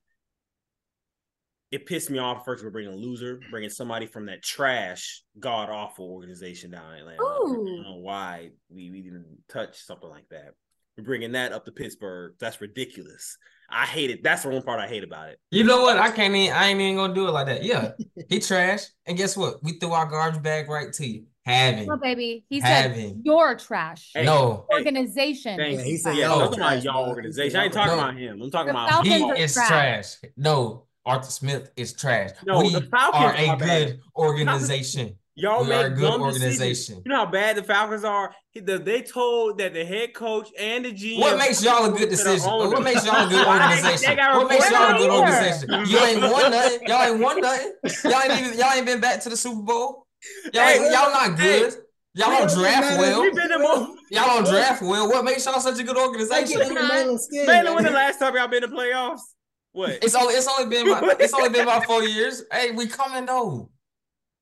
it pissed me off first. We're bringing a loser, bringing somebody from that trash, god awful organization down in Atlanta. I Ooh. don't know why we, we even touch something like that. We're bringing that up to Pittsburgh. That's ridiculous. I hate it. That's the one part I hate about it. You know what? I can't even, I ain't even gonna do it like that. Yeah, he trash. And guess what? We threw our garbage bag right to you. Having. Well, baby, he said Having. you're trash. Hey. No. Hey. Organization. Thank Yeah, you. he said yeah, y'all I'm talking trash, about y'all bro. organization. I ain't No. talking about him. I'm talking The about Falcons He him. are is trash. trash. No, Arthur Smith is trash. No, we the Falcons are a are bad. good organization. Y'all We are a make good dumb organization. decisions. You know how bad the Falcons are. He- the- They told that the head coach and the GM. What makes y'all a good to the decision? owner. What makes y'all a good Why they- organization? they got What makes y'all a good reported organization? You ain't won nothing. Y'all ain't won nothing. Y'all ain't even y'all ain't been back to the Super Bowl. Y'all ain't, Hey, y'all not hey, good. Y'all don't Maitland draft Maitland- well. We've been to more. Y'all don't draft well. What makes y'all such a good Thank you organization? for the Maitland skin. Baylor, when the last time y'all been to playoffs? What? It's only it's only been about, it's only been about four years. Hey, we coming though.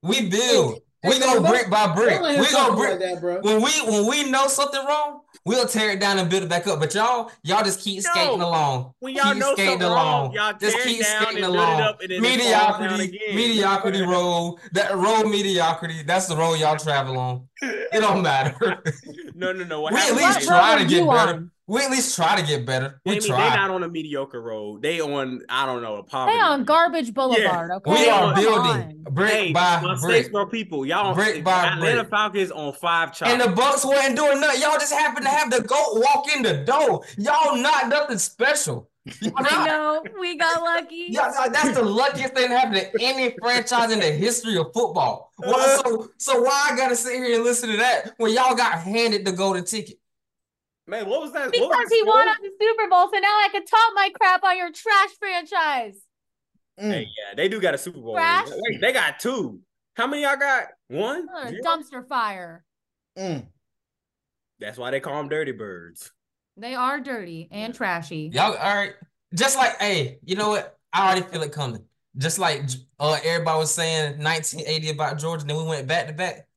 We build. We go brick by brick. Don't let him We talk go about brick. that, bro. When we when we know something wrong, we'll tear it down and build it back up. But y'all y'all just keep skating No. along. When y'all keep know skating something along. wrong, y'all just tear it keep down skating and build it along. up and then it falls down mediocrity, again. mediocrity road. That road mediocrity. That's the road y'all travel on. It don't matter. No, no, no. What We at happened? least is- try to get you better. on? we at least try to get better. We Jamie, they try. not on a mediocre road. They on I don't know a poverty. They on road. garbage boulevard. Okay, we are Come building on. brick Hey, by my brick. Statesboro people, y'all Brick by Atlanta brick. Falcons on five chops. And the Bucks wasn't doing nothing. Y'all just happened to have the goat walk in the door. Y'all not nothing special. Y'all I not- know we got lucky. y'all- y'all- that's the luckiest thing that happened to any franchise in the history of football. Why, Uh. so, so why I gotta sit here and listen to that when y'all got handed the golden ticket? Man, what was that? What was Because the he won score? us the Super Bowl, so now I can top my crap on your trash franchise. Mm. Hey, yeah, they do got a Super Bowl. ring. Trash. Wait, they got two. How many y'all got? One. You're a Zero? dumpster fire. Mm, That's why they call them Dirty Birds. They are dirty and trashy. Y'all all right. Just like hey, you know what? I already feel it coming. Just like uh everybody was saying 1980 about Georgia, and then we went back to back.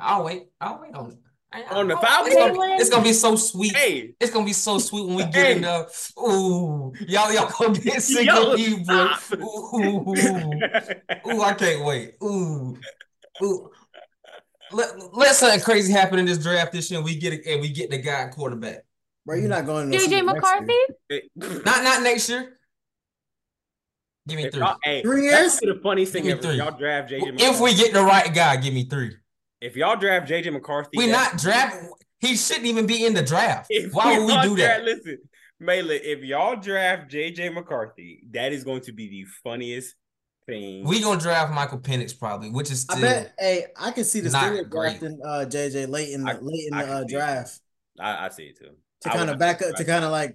I'll wait. I'll wait on it. I- I- On the I'll- Falcons? It's gonna, it's gonna be so sweet. Hey, It's gonna be so sweet when we get Hey. in the ooh, y'all y'all gonna get sick of Yo, me, bro. stop. Ooh, ooh, ooh, I can't wait. Ooh, ooh. Let let something crazy happen in this draft this year. And we get it, and we get the guy at quarterback. bro, you're not going to the JJ Super Bowl next year. McCarthy? Not not next year. Give me If three. y'all- hey, Three that's years? the funniest thing Give me ever. If three. y'all draft JJ. If we McCarthy- get the right guy, give me three. if y'all draft JJ McCarthy, We that's- not draft. He shouldn't even be in the draft. If Why would we y'all do that? draft- Listen, Mela, if y'all draft JJ McCarthy, that is going to be the funniest thing. We gonna draft Michael Penix probably, which is I still. bet. Hey, I can see the Not Steelers great. drafting uh, JJ late in the I- late in I the can uh, see it. draft I, I see it too. to I would kind of not back up surprise to kind of like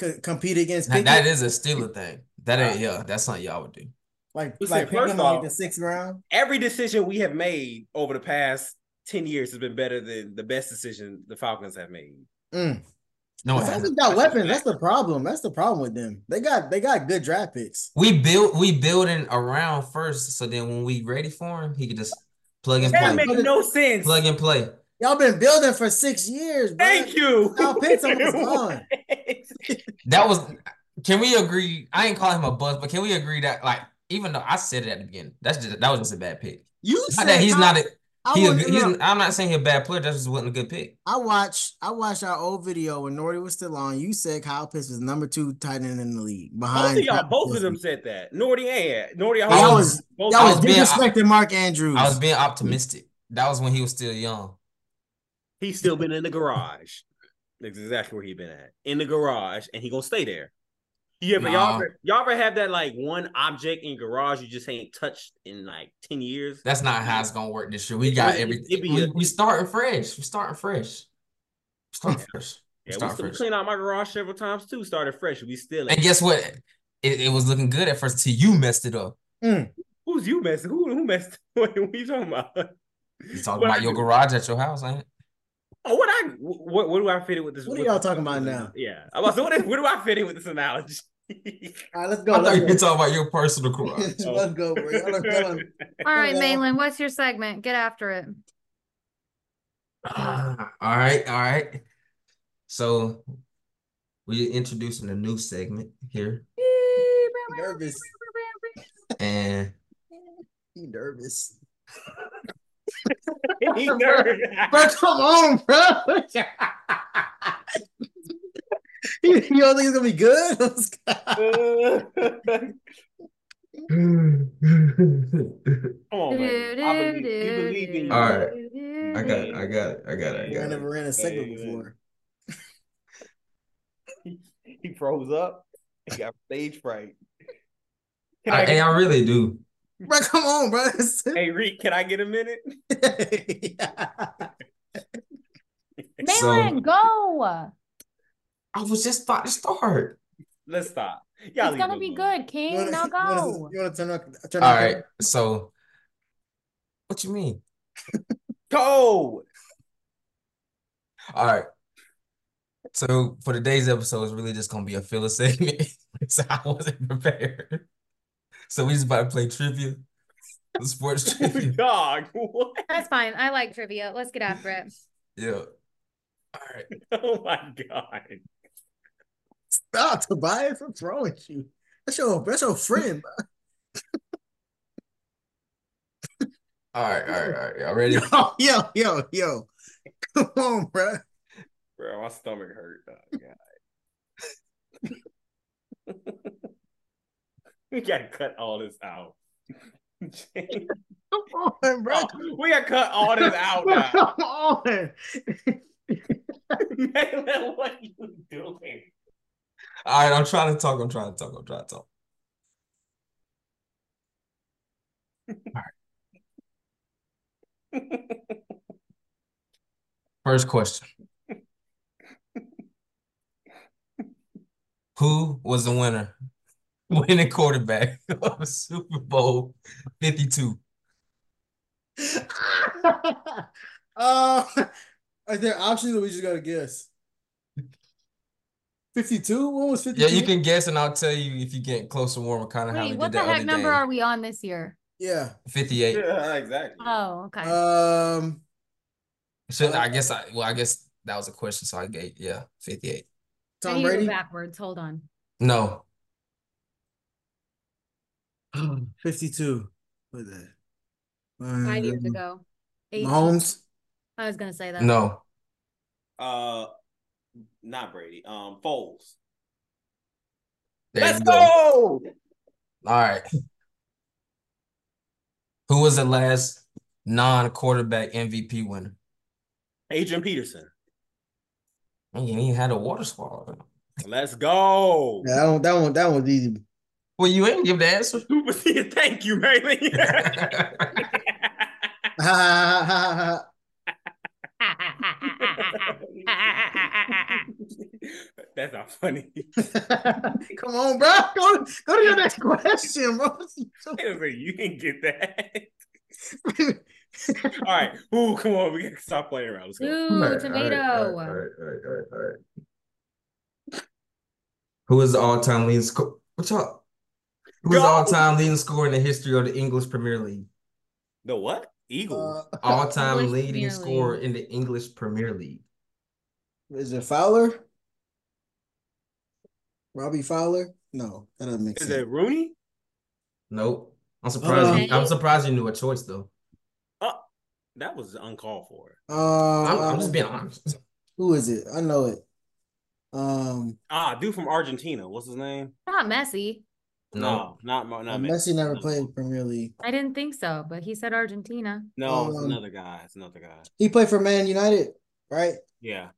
c- compete against Now, Pickett. that is a Steeler thing. That ain't yeah. That's something y'all would do. like Listen, like pick first him in, like off- the sixth round. Every decision we have made over the past ten years has been better than the best decision the Falcons have made. Mm. No, it The Falcons hasn't. got That's a weapons. That's fact. the problem. That's the problem with them. They got they got good draft picks. We build we building around first, so then when we ready for him, he can just plug and That Right. play. makes no sense. Plug and play. Y'all been building for six years, bro. Thank you. Y'all picked someone gone. That was can we agree? I ain't calling him a bust, but can we agree that like even though I said it at the beginning, that's just that was just a bad pick. You Not that he's not a I, he a was- good- he's, I'm not saying he's a bad player, that just wasn't a good pick. I watched I watched our old video when Norty was still on. You said Kyle Pitts was number two tight end in the league Both behind of y'all, Travis both of Kelsce. them said that. Norty and Norty. I Y'all hope- was- both- Y'all I was, was being- disrespecting Mark Andrews. I was being optimistic. That was when he was still young. He's still been in the garage. That's exactly where he been at. In the garage, and he gonna stay there. Yeah, but Nah. y'all ever, y'all ever have that like one object in garage you just ain't touched in like 10 years? That's not how it's gonna work this year. We It- got it- everything. it be We, a- we starting fresh. We starting fresh. We starting fresh. We Yeah, we, starting still, we fresh. cleaned out my garage several times too, started fresh. We still ain't. And guess what? It, it was looking good at first till you messed it up. Who's you messing? Who who messed? Wait, what you talking about? You talking What about I your do? garage at your house, ain't it? Oh, what I what what do I fit in with this? What are with- y'all talking about now? Yeah. I'm about, so what, is- what do I fit in with this analogy? All right, let's I go. thought you were Let's talking about your personal go. garage. talking- Let's go, bro. Y'all are feeling- All right, Yeah. Malin, what's your segment? Get after it. Ah, all right, all right. So we're introducing a new segment here, nervous. and He nervous. He nervous. Bro, come on, bro. you you don't think it's gonna be good? Let's go. Come Oh, on, man. I believe, we believe in you. All right. I got, it, I got, it, I got, it, I I got. it. never ran a segment Hey, man. before. He froze up. He got stage fright. Can I, I, and I really do. Bro, come on, bro. hey Reek, can I get a minute? Malin, So- go. I was just about to start. Let's stop. Y'all It's leave gonna it be alone. good, King. You wanna- now you wanna- go. You want to turn up? Turn All up- right, so what you mean? Go. All right. So for today's episode, it's really just gonna be a filler segment. so I wasn't prepared. So we just about to play trivia, the sports Oh trivia. Dog. What? That's fine. I like trivia. Let's get after it. Yeah. All right. Oh my god. Stop, Ah, Tobias. What's wrong with you? That's your that's your friend. bro. All right. All right. All right. Y'all ready? yo, yo, yo, yo. Come on, bro. Bro, my stomach hurt. Dog. God. we gotta cut all this out. Come on, bro. we gotta cut all this out Bro, now. Come on. Maylin, what are you doing? All right. I'm trying to talk. I'm trying to talk. I'm trying to talk. All right. First question. Who was the winner, winning quarterback of Super Bowl 52? uh, are there options or we just gotta guess? 52? When was 52? Yeah, you can guess, and I'll tell you if you get close or warm, kind of how we Wait, did what the that heck other number game. are we on this year? Yeah. 58. Yeah, exactly. Oh, okay. Uh, Um, Should Uh, I guess I well I guess that was a question, so I gave yeah, 58. I Tom need to go Brady? backwards. Hold on. No. 52. What the? Five years Um, ago. Eight. Mahomes? I was gonna say that. No. Uh, not Brady. Um, Foles. There Let's you go. All right. Who was the last non-quarterback MVP winner? Adrian Peterson. Man, he had a water swallow. Let's go. Yeah, that one, that one, that one's easy. Well, you ain't give the answer. Thank you, Maylin. Ha, ha, ha, ha, ha, ha. Ah, That's not funny. Come on, bro. Go, go to your next question, bro. you didn't get that. All right. Ooh, come on. We gotta stop playing around. Let's go. Ooh, tomato. Who is the all-time leading scorer? What's up? Who is the Go! all-time leading scorer in the history of the English Premier League? The what? Eagles. Uh, All-time English leading Premier scorer League. in the English Premier League. is it Fowler? Robbie Fowler? No, that doesn't make Is sense. it Rooney? Nope. I'm surprised you, I'm Okay. surprised you knew a choice though. Oh, That was uncalled for. Um, I'm, I'm just being honest. who is it? I know it. Um, Ah, dude from Argentina. What's his name? Not messy. No. not Mar- not Uh, Messi never No. played Premier League. I didn't think so, but he said Argentina. No, it's Um, another guy. It's another guy. He played for Man United, right? Yeah.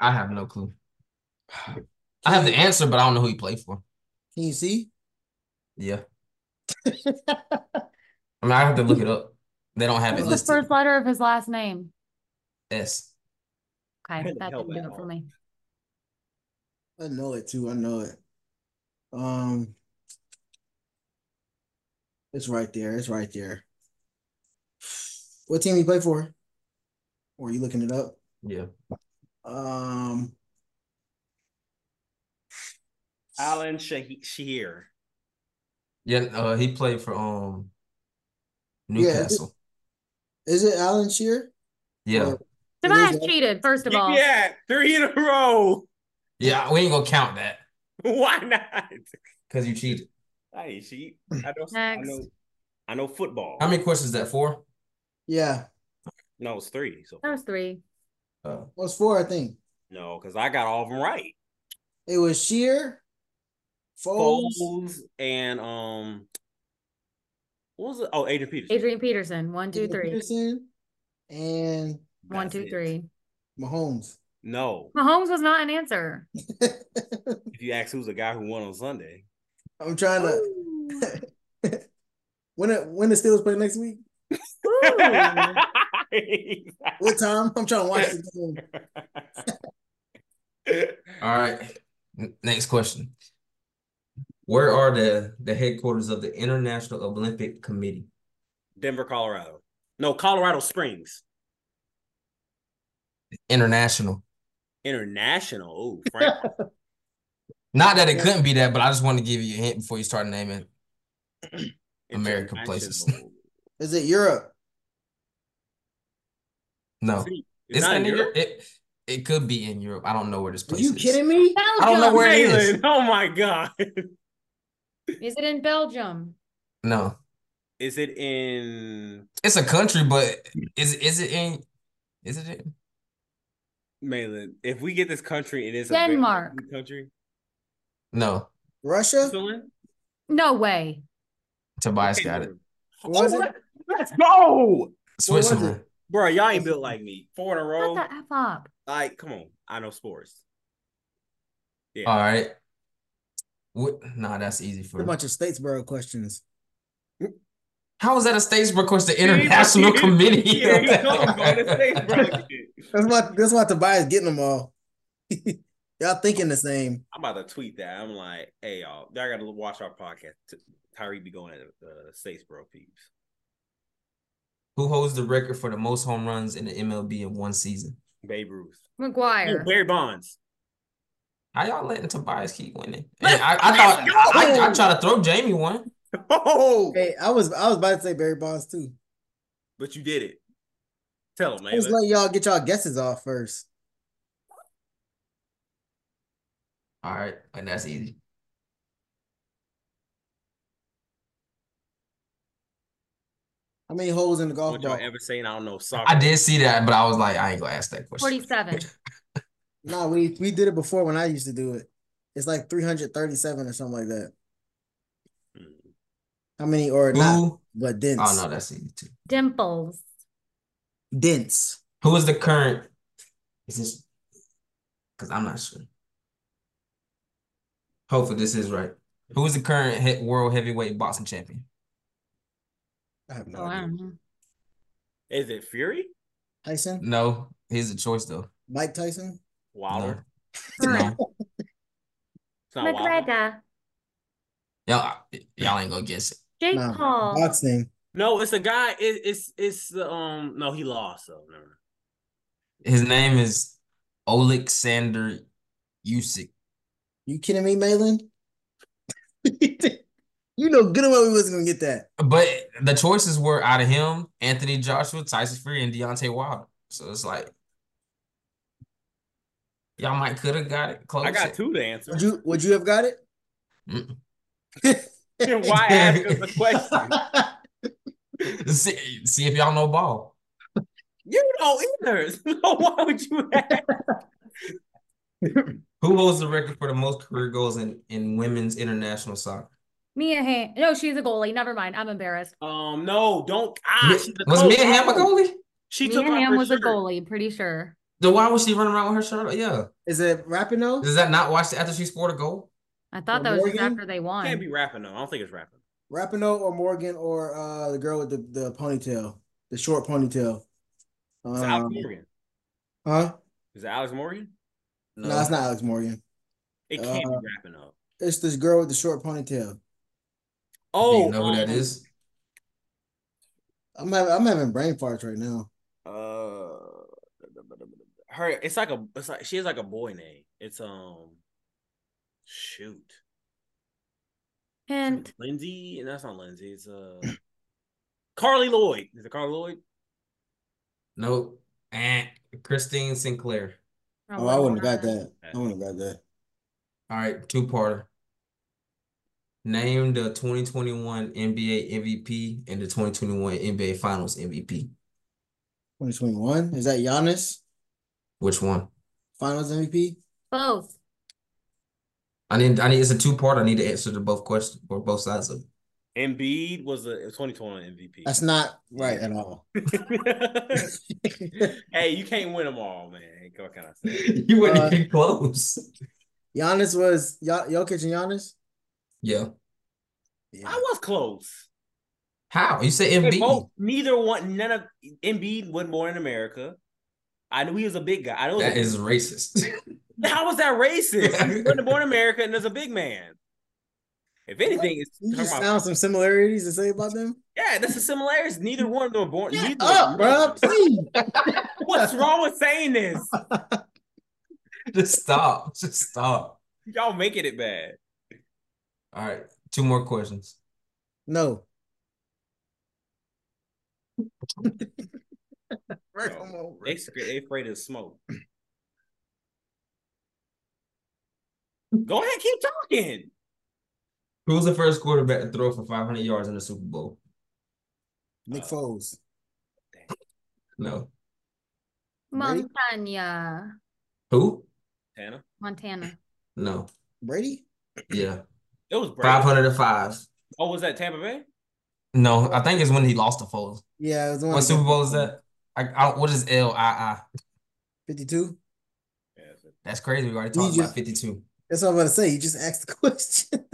I have no clue. I have the answer, but I don't know who he played for. Can you see? Yeah. I mean, I have to look it up. They don't have it What's the listed. first letter of his last name? S. Okay, Where the that hell didn't do that it for all- me. I know it too. I know it. Um, it's right there. It's right there. What team he play for? Or are you looking it up? Yeah. Um, Alan Shah- Shear. Yeah, uh, he played for um Yeah, it's- Newcastle. is it Alan Shearer? Oh. Yeah. Or- It is Tobias that- cheated, first of all. Yeah, three in a row. Yeah, we ain't gonna count that Why not? because you cheated. I ain't cheat. I know. I Next. know. I know football. How many questions is that? Four? Yeah, no, it's three. So That was three. Uh, it was four, I think. no, because I got all of them right. It was Shearer, Foles, Foles and um, what was it? Oh, Adrian Peterson. Adrian Peterson, one, two, Adrian three. Peterson, and One, That's two, it. three. Mahomes. No, Mahomes was not an answer. if you ask who's the guy who won on Sunday, I'm trying to. Ooh. When it, when the Steelers play next week? Ooh. What time? I'm trying to watch the game. all right. N- Next question. Where are the the headquarters of the International Olympic Committee? Denver, Colorado. No, Colorado Springs. International. International. Oh, Frank. Not that it couldn't be that, but I just wanted to give you a hint before you start naming. American places. International. Is it Europe? No, See, it's, It's not in in Europe. It it could be in Europe. I don't know where this Are place you is. kidding me? I don't know Belgium. where it is. Jalen, Oh my God. Is it in Belgium? No, Is it in it's a country, but is is it in? Is it in? Malin? If we get this country, it is Denmark. A very- country. No, Russia? Switzerland? No way. Tobias Okay, got it. Was oh, it? let- Let's go. was it? Switzerland. Bro, y'all ain't built like me. Four in a row. Shut the F up. Like, come on. I know sports. Yeah. All right. What? Nah, that's easy for A bunch of Statesboro questions. How is that a Statesboro question? The International Committee. Yeah, you know, bro, this thing's broken. That's why that's why Tobias getting them all. Y'all thinking the same. I'm about to tweet that. I'm like, hey, y'all, y'all got to watch our podcast. T- Tyree be going at the uh, States, bro, peeps. Who holds the record for the most home runs in the MLB in one season? Babe Ruth. McGuire. Oh, Barry Bonds. How y'all letting Tobias keep winning? And I, I thought I, I tried to throw Jamie one. Oh, Hey, I was I was about to say Barry Bonds too. but you did it. Tell him, I was man. letting y'all get y'all guesses off first. All right, and that's easy. How many holes in the golf What y'all ball? ever saying? I don't know soccer. I did see that, but I was like, I ain't gonna ask that question. 47. No, we we did it before when I used to do it. It's like 337 or something like that. Mm. How many or Who? not, Oh but dense. no, that's easy too. Dimples. Dense. Who is the current? Is this? Because I'm not sure. Hopefully, this is right. Who is the current he- world heavyweight boxing champion? I have no Oh, I idea. don't know. Is it Fury? Tyson? No, here's a choice though. Mike Tyson? Wilder. No. Alright. It's not Wilder. McGregor. Y'all, y'all ain't gonna guess it. Jake Nah, Paul. Boxing. No, it's a guy. It, it's it's um. No, he lost. So never. mind. His name is Oleksandr Usyk. You kidding me, Malin? you know good and well we wasn't gonna get that. But the choices were out of him, Anthony Joshua, Tyson Fury, and Deontay Wilder. So it's like y'all might could have got it close. I got two to answer. Would you would you have got it? Mm-mm. Why ask us a question? See, see if y'all know ball. You don't either. So why would you ask? Who holds the record for the most career goals in, in women's international soccer? Mia Hamm. No, she's a goalie. Never mind. I'm embarrassed. Um, no, don't. Ah, she's a was coach. Oh. Mia Hamm a goalie? She Mia took off Hamm her was a shirt. goalie, pretty sure. Then why was she running around with her shirt? off? Yeah. Is it Rapinoe? Does that not watch after she scored a goal? I thought Or that was just Morgan? after they won. Can't be rapping though. I don't think it's rapping. Rapinoe or Morgan or uh the girl with the, the ponytail, the short ponytail. It's Alex Um, Morgan. huh? Is it Alex Morgan? No. it's not Alex Morgan. It can't Uh, be rapping though. It's this girl with the short ponytail. Do Oh, you know who that um, is? I'm having I'm having brain farts right now. Uh, her. It's like a. It's like she has like a boy name. It's um. Shoot, Hint. Lindsay, and that's not Lindsay. It's uh, Carly Lloyd. Is it Carly Lloyd? Nope. Eh. Christine Sinclair. Oh, I wouldn't have got wow. that. I wouldn't have got that. All right, two-parter. Name the 2021 NBA MVP and the 2021 NBA Finals MVP. 2021. Is that Giannis? Which one? Finals MVP? Both. I need I need it's a two-part. I need to answer to both questions or both sides of it. Embiid was a 2021 MVP. That's not right at all. hey, you can't win them all, man. What can I say? You wouldn't Uh, even close. Giannis was y- Jokic and Giannis? Yeah. Yeah. I was close. How? You said They MVP. both- neither one, none of Embiid went more in America. I knew he was a big guy. I know That is racist. how was that racist? He went born in America and there's a big man. If anything, it's You just talking about- found some similarities to say about them? yeah, that's the similarities. Neither one of them were born. Shut neither up, one bro. of them. Please. What's wrong with saying this? Just stop. Just stop. Y'all making it bad. All right. Two more questions. No. Come They scared. They afraid of smoke. Go ahead, keep talking. Who was the first quarterback to throw for 500 yards in the Super Bowl? Nick Uh, Foles. No. Brady? Montana. Who? Tana. Montana. No. Brady? Yeah. It was Brady. 500 to five. Oh, was that Tampa Bay? No, I think it's when he lost to Foles. Yeah, it was the one What Super Bowl is that? I, I, what is LII? 52. Yeah, that's it. That's crazy. We already We talked ju- about 52. That's what I'm about to say. You just asked the question.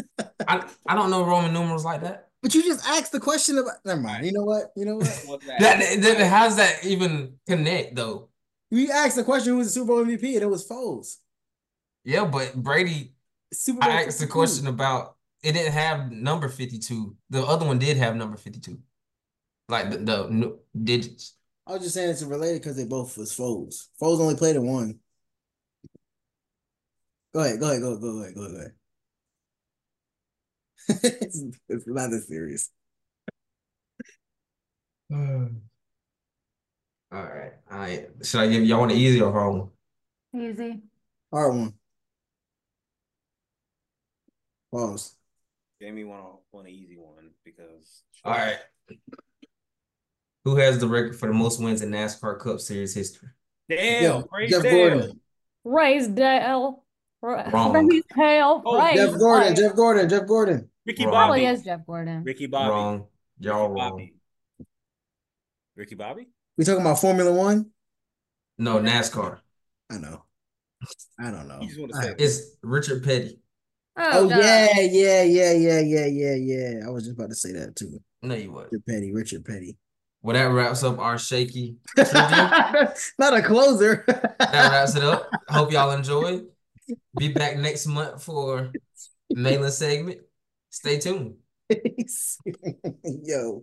I, I don't know Roman numerals like that. but you just asked the question about never mind. You know what? You know what? What's That, that how's that even connect though? we asked the question who was the Super Bowl MVP, and it was Foles. Yeah, but Brady, Super Bowl I asked the 52. question about it didn't have number 52. The other one did have number 52. Like the, the nu- digits. I was just saying it's related because they both was Foles. Foles only played in one. Go ahead, go ahead, go, go, go ahead, go ahead, go ahead. it's, it's not that serious. All right. All right. Should I give y'all one easy or hard one? Easy. Hard one. Pause. Jamie went on one easy one because. All right. Who has the record for the most wins in NASCAR Cup Series history? Damn, Jeff- praise Jeff Dale. Gordon. Raise Dale. Ra- Wrong. Raise Dale. Oh, Raise Jeff Gordon, Dale. Jeff Gordon, Jeff Gordon. Ricky Wrong. Bobby. Probably is Oh, Jeff Oh, Gordon. Ricky Bobby. Wrong. Y'all Ricky wrong. Bobby. Ricky Bobby? We talking about Formula One? No, NASCAR. I know. I don't know. You just want to I- say It's Richard Petty. Oh, duh. yeah, yeah, yeah, yeah, yeah, yeah, yeah. I was just about to say that too. No, you would. Richard Petty, Richard Petty. Well, that wraps up our shaky trivia. Not a closer. that wraps it up. Hope y'all enjoyed. Be back next month for mailing segment. Stay tuned. yo,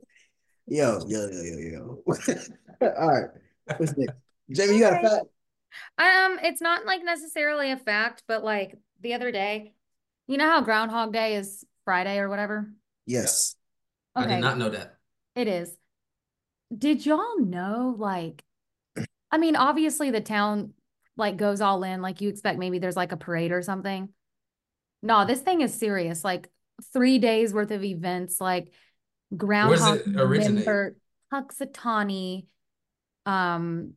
yo, yo, yo, yo, yo. All right. What's next? Jamie, you got a fact? Um, it's not like necessarily a fact, but like the other day, you know how Groundhog Day is Friday or whatever? Yes. I Okay, did not know that. it is. Did y'all know, like, I mean, obviously the town like goes all in, like you expect maybe there's like a parade or something. No, this thing is serious. Like three days worth of events, like Groundhog it originate? November, Puxatawny, um,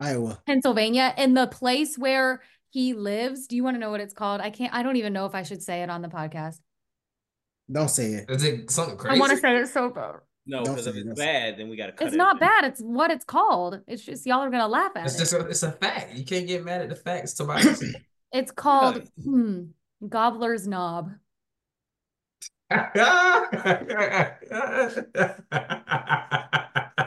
Iowa. Pennsylvania and the place where he lives. Do you want to know what it's called? I can't, I don't even know if I should say it on the podcast. Don't say it. Is it something I crazy? want to say it so bad. no Don't because if say it's this. bad, then we got to cut It's it. not bad. It's what it's called. It's just y'all are gonna laugh at It's it. just a, it's a fact. You can't get mad at the facts. Somebody else. it's called hmm, Gobbler's Knob.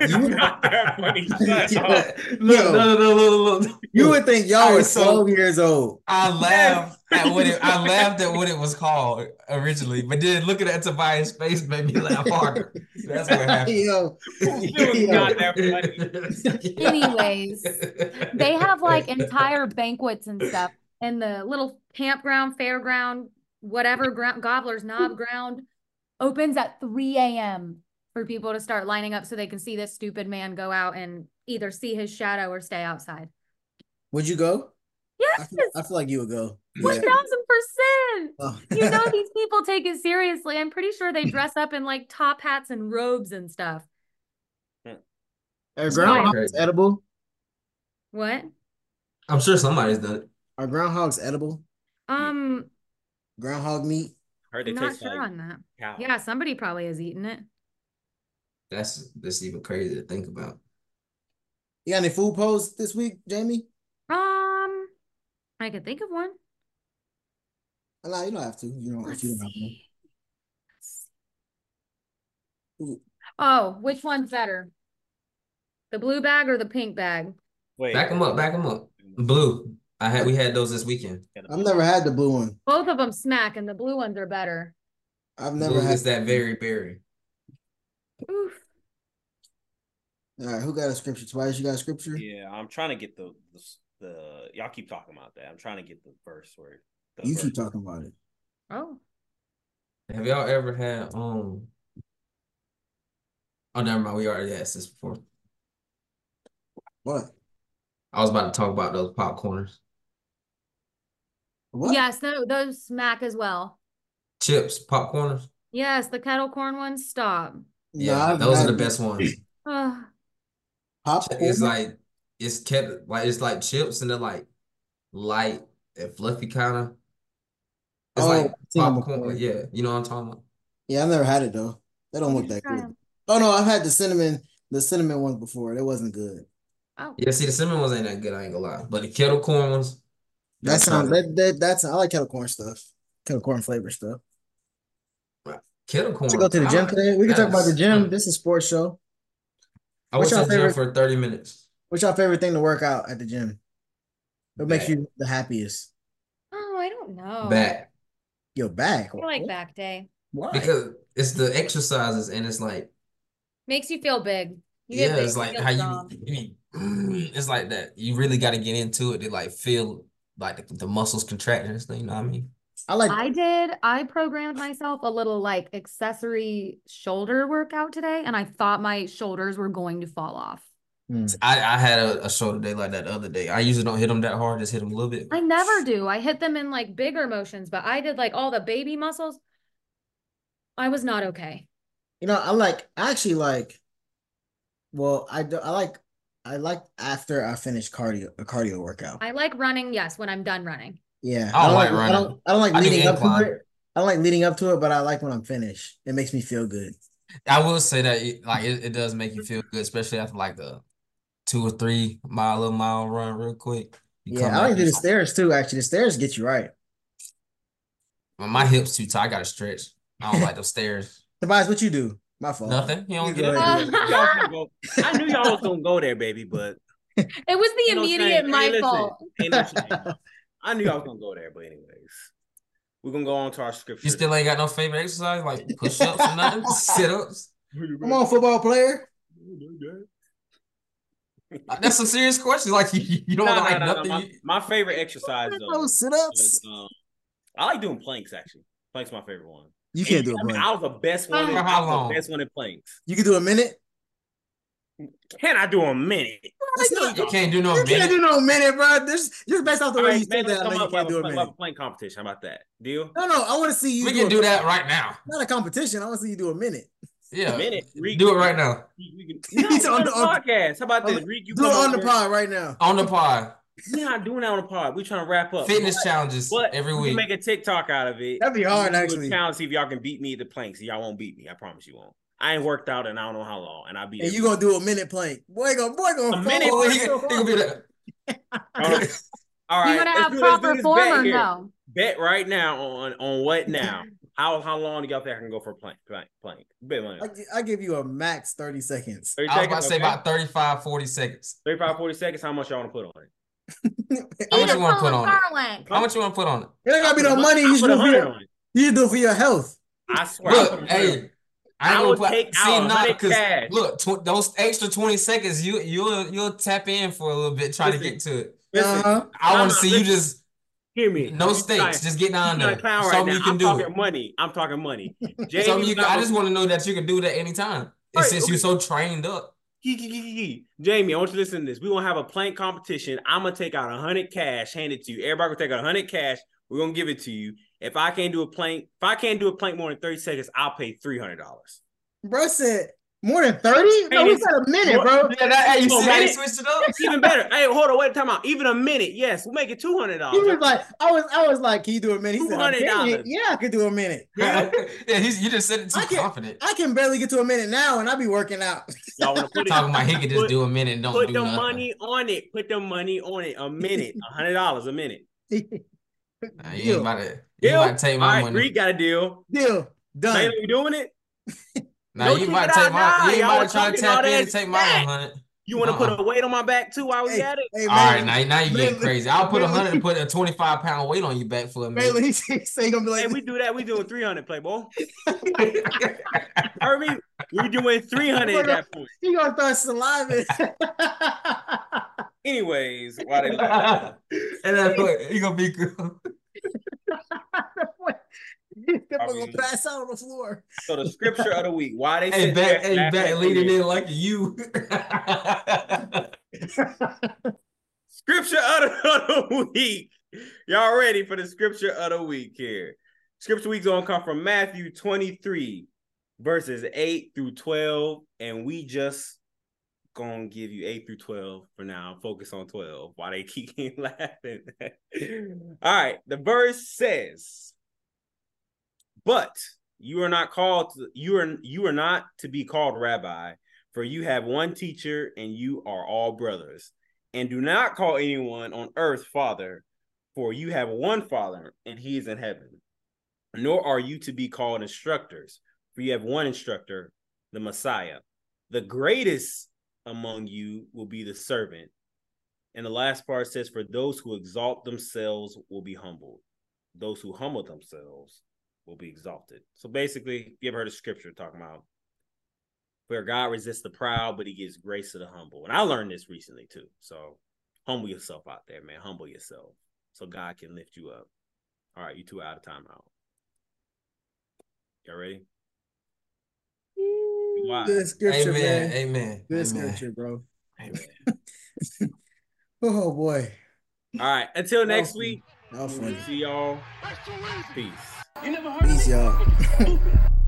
It's not that funny. Shut up. Look, no, no, no, look, look, look. You would think All y'all right, was so- 12 years old. I laughed at what it, I laughed at what it was called originally, but then looking at Tobias' face made me laugh harder. That's what happened. Yo, It was yo. not that funny. Anyways, they have like entire banquets and stuff in the little campground, fairground, whatever ground, Gobbler's Knob ground opens at 3 a.m. for people to start lining up so they can see this stupid man go out and either see his shadow or stay outside. Would you go? I Yes, feel, I feel like you would go. one Yeah. thousand percent. Oh. You know these people take it seriously. I'm pretty sure they dress up in like top hats and robes and stuff. Are groundhog groundhogs crazy. edible? What? I'm sure somebody's done it. Are groundhogs edible? Um, Groundhog meat? Heard it I'm not tastes sure like on that. cow. Yeah, somebody probably has eaten it. That's that's even crazy to think about. You got any food posts this week, Jamie? Um, I could think of one. No, you don't have to. You don't. Let's If you don't have one. see. Ooh. Oh, which one's better? The blue bag or the pink bag? Wait. Back them up, back them up. Blue. I had we had those this weekend. I've never had the blue one. Both of them smack, and the blue ones are better. I've Blue never had is that very berry. Oof. All right, who got a scripture? Tobias, you got a scripture? Yeah, I'm trying to get the the, the y'all keep talking about that. I'm trying to get the verse where the you verse. keep talking about it. Oh, Have y'all ever had um? Oh, never mind. We already asked this before. What? I was about to talk about those popcorners, What? yes, tho- those smack as well. chips, popcorners. Yes, the kettle corn ones. Stop. No, Yeah, I've those are had the best ones. Ugh. Popcorn. It's like it's kept like it's like chips and they're like light and fluffy kind of. It's Oh, like I've seen them popcorn. before. Yeah, you know what I'm talking about. Yeah, I've never had it though. They don't You look should that try good. 'em. Oh no, I've had the cinnamon, the cinnamon ones before. It wasn't good. Oh, Yeah, see, the cinnamon ones ain't that good. I ain't gonna lie, but the kettle corn ones. That that's sounds solid. that, that that's I like kettle corn stuff. Kettle corn flavor stuff. Kettle corn. To go to the gym God, today. We can talk that about the is- gym. This is sports show. I What's went to your the gym favorite- for 30 minutes. What's your favorite thing to work out at the gym? What makes Back. you the happiest? oh, I don't know. Back Your back. I like back day. Why? because it's the exercises and it's like Makes you feel big. You get yeah, big, it's you like feel how strong. you, you need- it's like that. You really got to get into it to like feel like the, the muscles contracting and stuff. You know what I mean? I like I did. I programmed myself a little like accessory shoulder workout today, and I thought my shoulders were going to fall off. Hmm. I, I had a, a shoulder day like that the other day. I usually don't hit them that hard, just hit them a little bit. I never do. I hit them in like bigger motions, but I did like all the baby muscles. I was not okay. You know, I like I actually like well, I do, I like I like after I finish cardio a cardio workout. I like running, yes, when I'm done running. Yeah. I don't like I running. don't I don't like I do leading up to incline. it. I don't like leading up to it, but I like when I'm finished. It makes me feel good. I will say that it, like it, it does make you feel good, especially after like a two or three mile, little mile run real quick. You Yeah, come I back like to do and the stairs too, actually. The stairs get you right. Well, my hips too tight. I gotta stretch. I don't like those stairs. Tobias, what you do? My fault. Nothing. You don't You get go up. I ahead. knew y'all was gonna go- I knew y'all was gonna go there, baby, but It was the You know what I'm immediate saying? my Hey, listen, fault. ain't no shame. I knew I was gonna go there, but anyways, we're gonna go on to our scripture. You still ain't got no favorite exercise like push ups or nothing, sit ups. Come on, football player. That's some serious question. Like you, you No, don't no, like no, no. nothing. My, you- my favorite exercise though Oh, sit is ups. um, I like doing planks actually. Planks my favorite one. You can't do a I, mean, plank. I was the best one. In, For I how was the long? best one in planks. You can do a minute. Can I do a minute? That's not- you can't do no you minute. can't do no minute, bro. This just based off the All way right, you man, said let's that. I come know you up with can't a do a plank- we'll have a minute. plank competition. How about that? Deal? No, no. I want to see you. We can a- do that right now. Not a competition. I want to see you do a minute. Yeah. A minute. Reek, Do it right now. We, we can, He's no, it's on on the the- on- podcast. How about on this? the- Reek, you Do it come on over the here. pod right now. On the pod. We're not doing that on the pod. We're trying to wrap up. Fitness challenges but every we can week. make a TikTok out of it. That'd be We can hard, do a actually. Challenge, see if y'all can beat me at the planks. Y'all won't beat me. I promise you won't. I ain't worked out in I don't know how long, and I beat And you everybody. gonna do a minute plank. Boy, gonna boy gonna A fall minute Oh, over he, he so gonna hard. be like, All right. All right. you want to let's have do- let's do proper this form bet or here. no? Bet right now on on what now? How how long do y'all think I can go for plank? Plank. Plank. Bet money. I, gi- I give you a max 30 seconds. 30 I was about seconds, to say okay? about 35, 40 seconds. 35, 40 seconds. How much y'all want to put on it? How much Eat a you want to put full on it? garlic. How much you want to put on it? It ain't gotta be no money. You I should put do it for 100 your, on it. you should do it for your health. I swear. I put Look, 100 on it. hey, I I ain't would gonna put, take see out a nah, hundred because cash. look, tw- those extra 20 seconds, you you'll you'll tap in for a little bit trying to Listen. get to it. Listen, Uh-huh. I Nah, want to nah, see you listen. just hear me. no You stakes, trying- just get down you trying there. to clown right Something now. you can I'm do. talking money. I'm talking money. Something Jamie, you can- I just want to know that you can do that anytime. And Right, since okay. you're so trained up, Gee, gee, gee, gee, gee. Jamie, I want you to listen to this. We're gonna have a plank competition. I'm gonna take out a hundred cash, hand it to you. Everybody gonna take out a hundred cash. We're gonna give it to you. If I can't do a plank, if I can't do a plank more than 30 seconds, I'll pay three hundred dollars. Bro said more than 30? No, we got a minute, bro. yeah, that, hey, you Oh, see how man. you switched it up? Even better. hey, hold on, wait a time out. Even a minute, yes, we'll make it two hundred He was dollars. like, I was I was like, can you do a minute? He said, a $200. minute? Yeah, I could do a minute. yeah, he's, you just said it too I can't- confident. I can barely get to a minute now and I be working out. Y'all wanna put it Talking about he could just put- do a minute and don't Put do the nothing. money on it. Put the money on it. A minute, a hundred dollars a minute. Nah, you ain't deal, about to, you Deal. ain't about to take All my right, money. Greek got a deal. deal, Taylor, done. you doing it? Nah, Don't you take might it take out my now. you Y'all might was try to talking all tap in that and take my smack. hundred. You want to put Uh-uh. a weight on my back too while we Hey, at it? Hey, All right, Malin, now, now you getting Really? crazy. I'll put a Really? hundred and put a twenty-five pound weight on your back for a Malin, minute. he's, he's saying gonna be Hey, like, we do that. We doing three hundred, Playboy. Herbie, we doing three hundred at that point. you gonna start saliving. Anyways, why they laugh? and then look, you gonna be cool. People gonna mean- pass out on the floor. So the scripture of the week. Why they Hey, sit back, there hey, laughing back, at leaning you? in like you. Scripture of the, of the week. Y'all ready for the scripture of the week here? Scripture week's gonna come from Matthew 23, verses 8 through 12. And we just gonna give you 8 through 12 for now. Focus on 12 while they keep laughing. All right, the verse says, But you are not called to, you are you are not to be called rabbi, for you have one teacher and you are all brothers and do not call anyone on earth father, for you have one father, and he is in heaven. Nor are you to be called instructors, for you have one instructor, the Messiah. The greatest among you will be the servant. And the last part says, For those who exalt themselves will be humbled, those who humble themselves will be exalted. So basically, you ever heard of scripture talking about where God resists the proud, but he gives grace to the humble. And I learned this recently too. So humble yourself out there, man. Humble yourself so God can lift you up. All right, you two are out of time out. Y'all ready? Why? Good scripture, amen, man. amen, Good amen, scripture, bro. amen. Oh boy, All right, until next week. how funny. See y'all. Peace. You never heard of Peace, me? y'all. Stupid.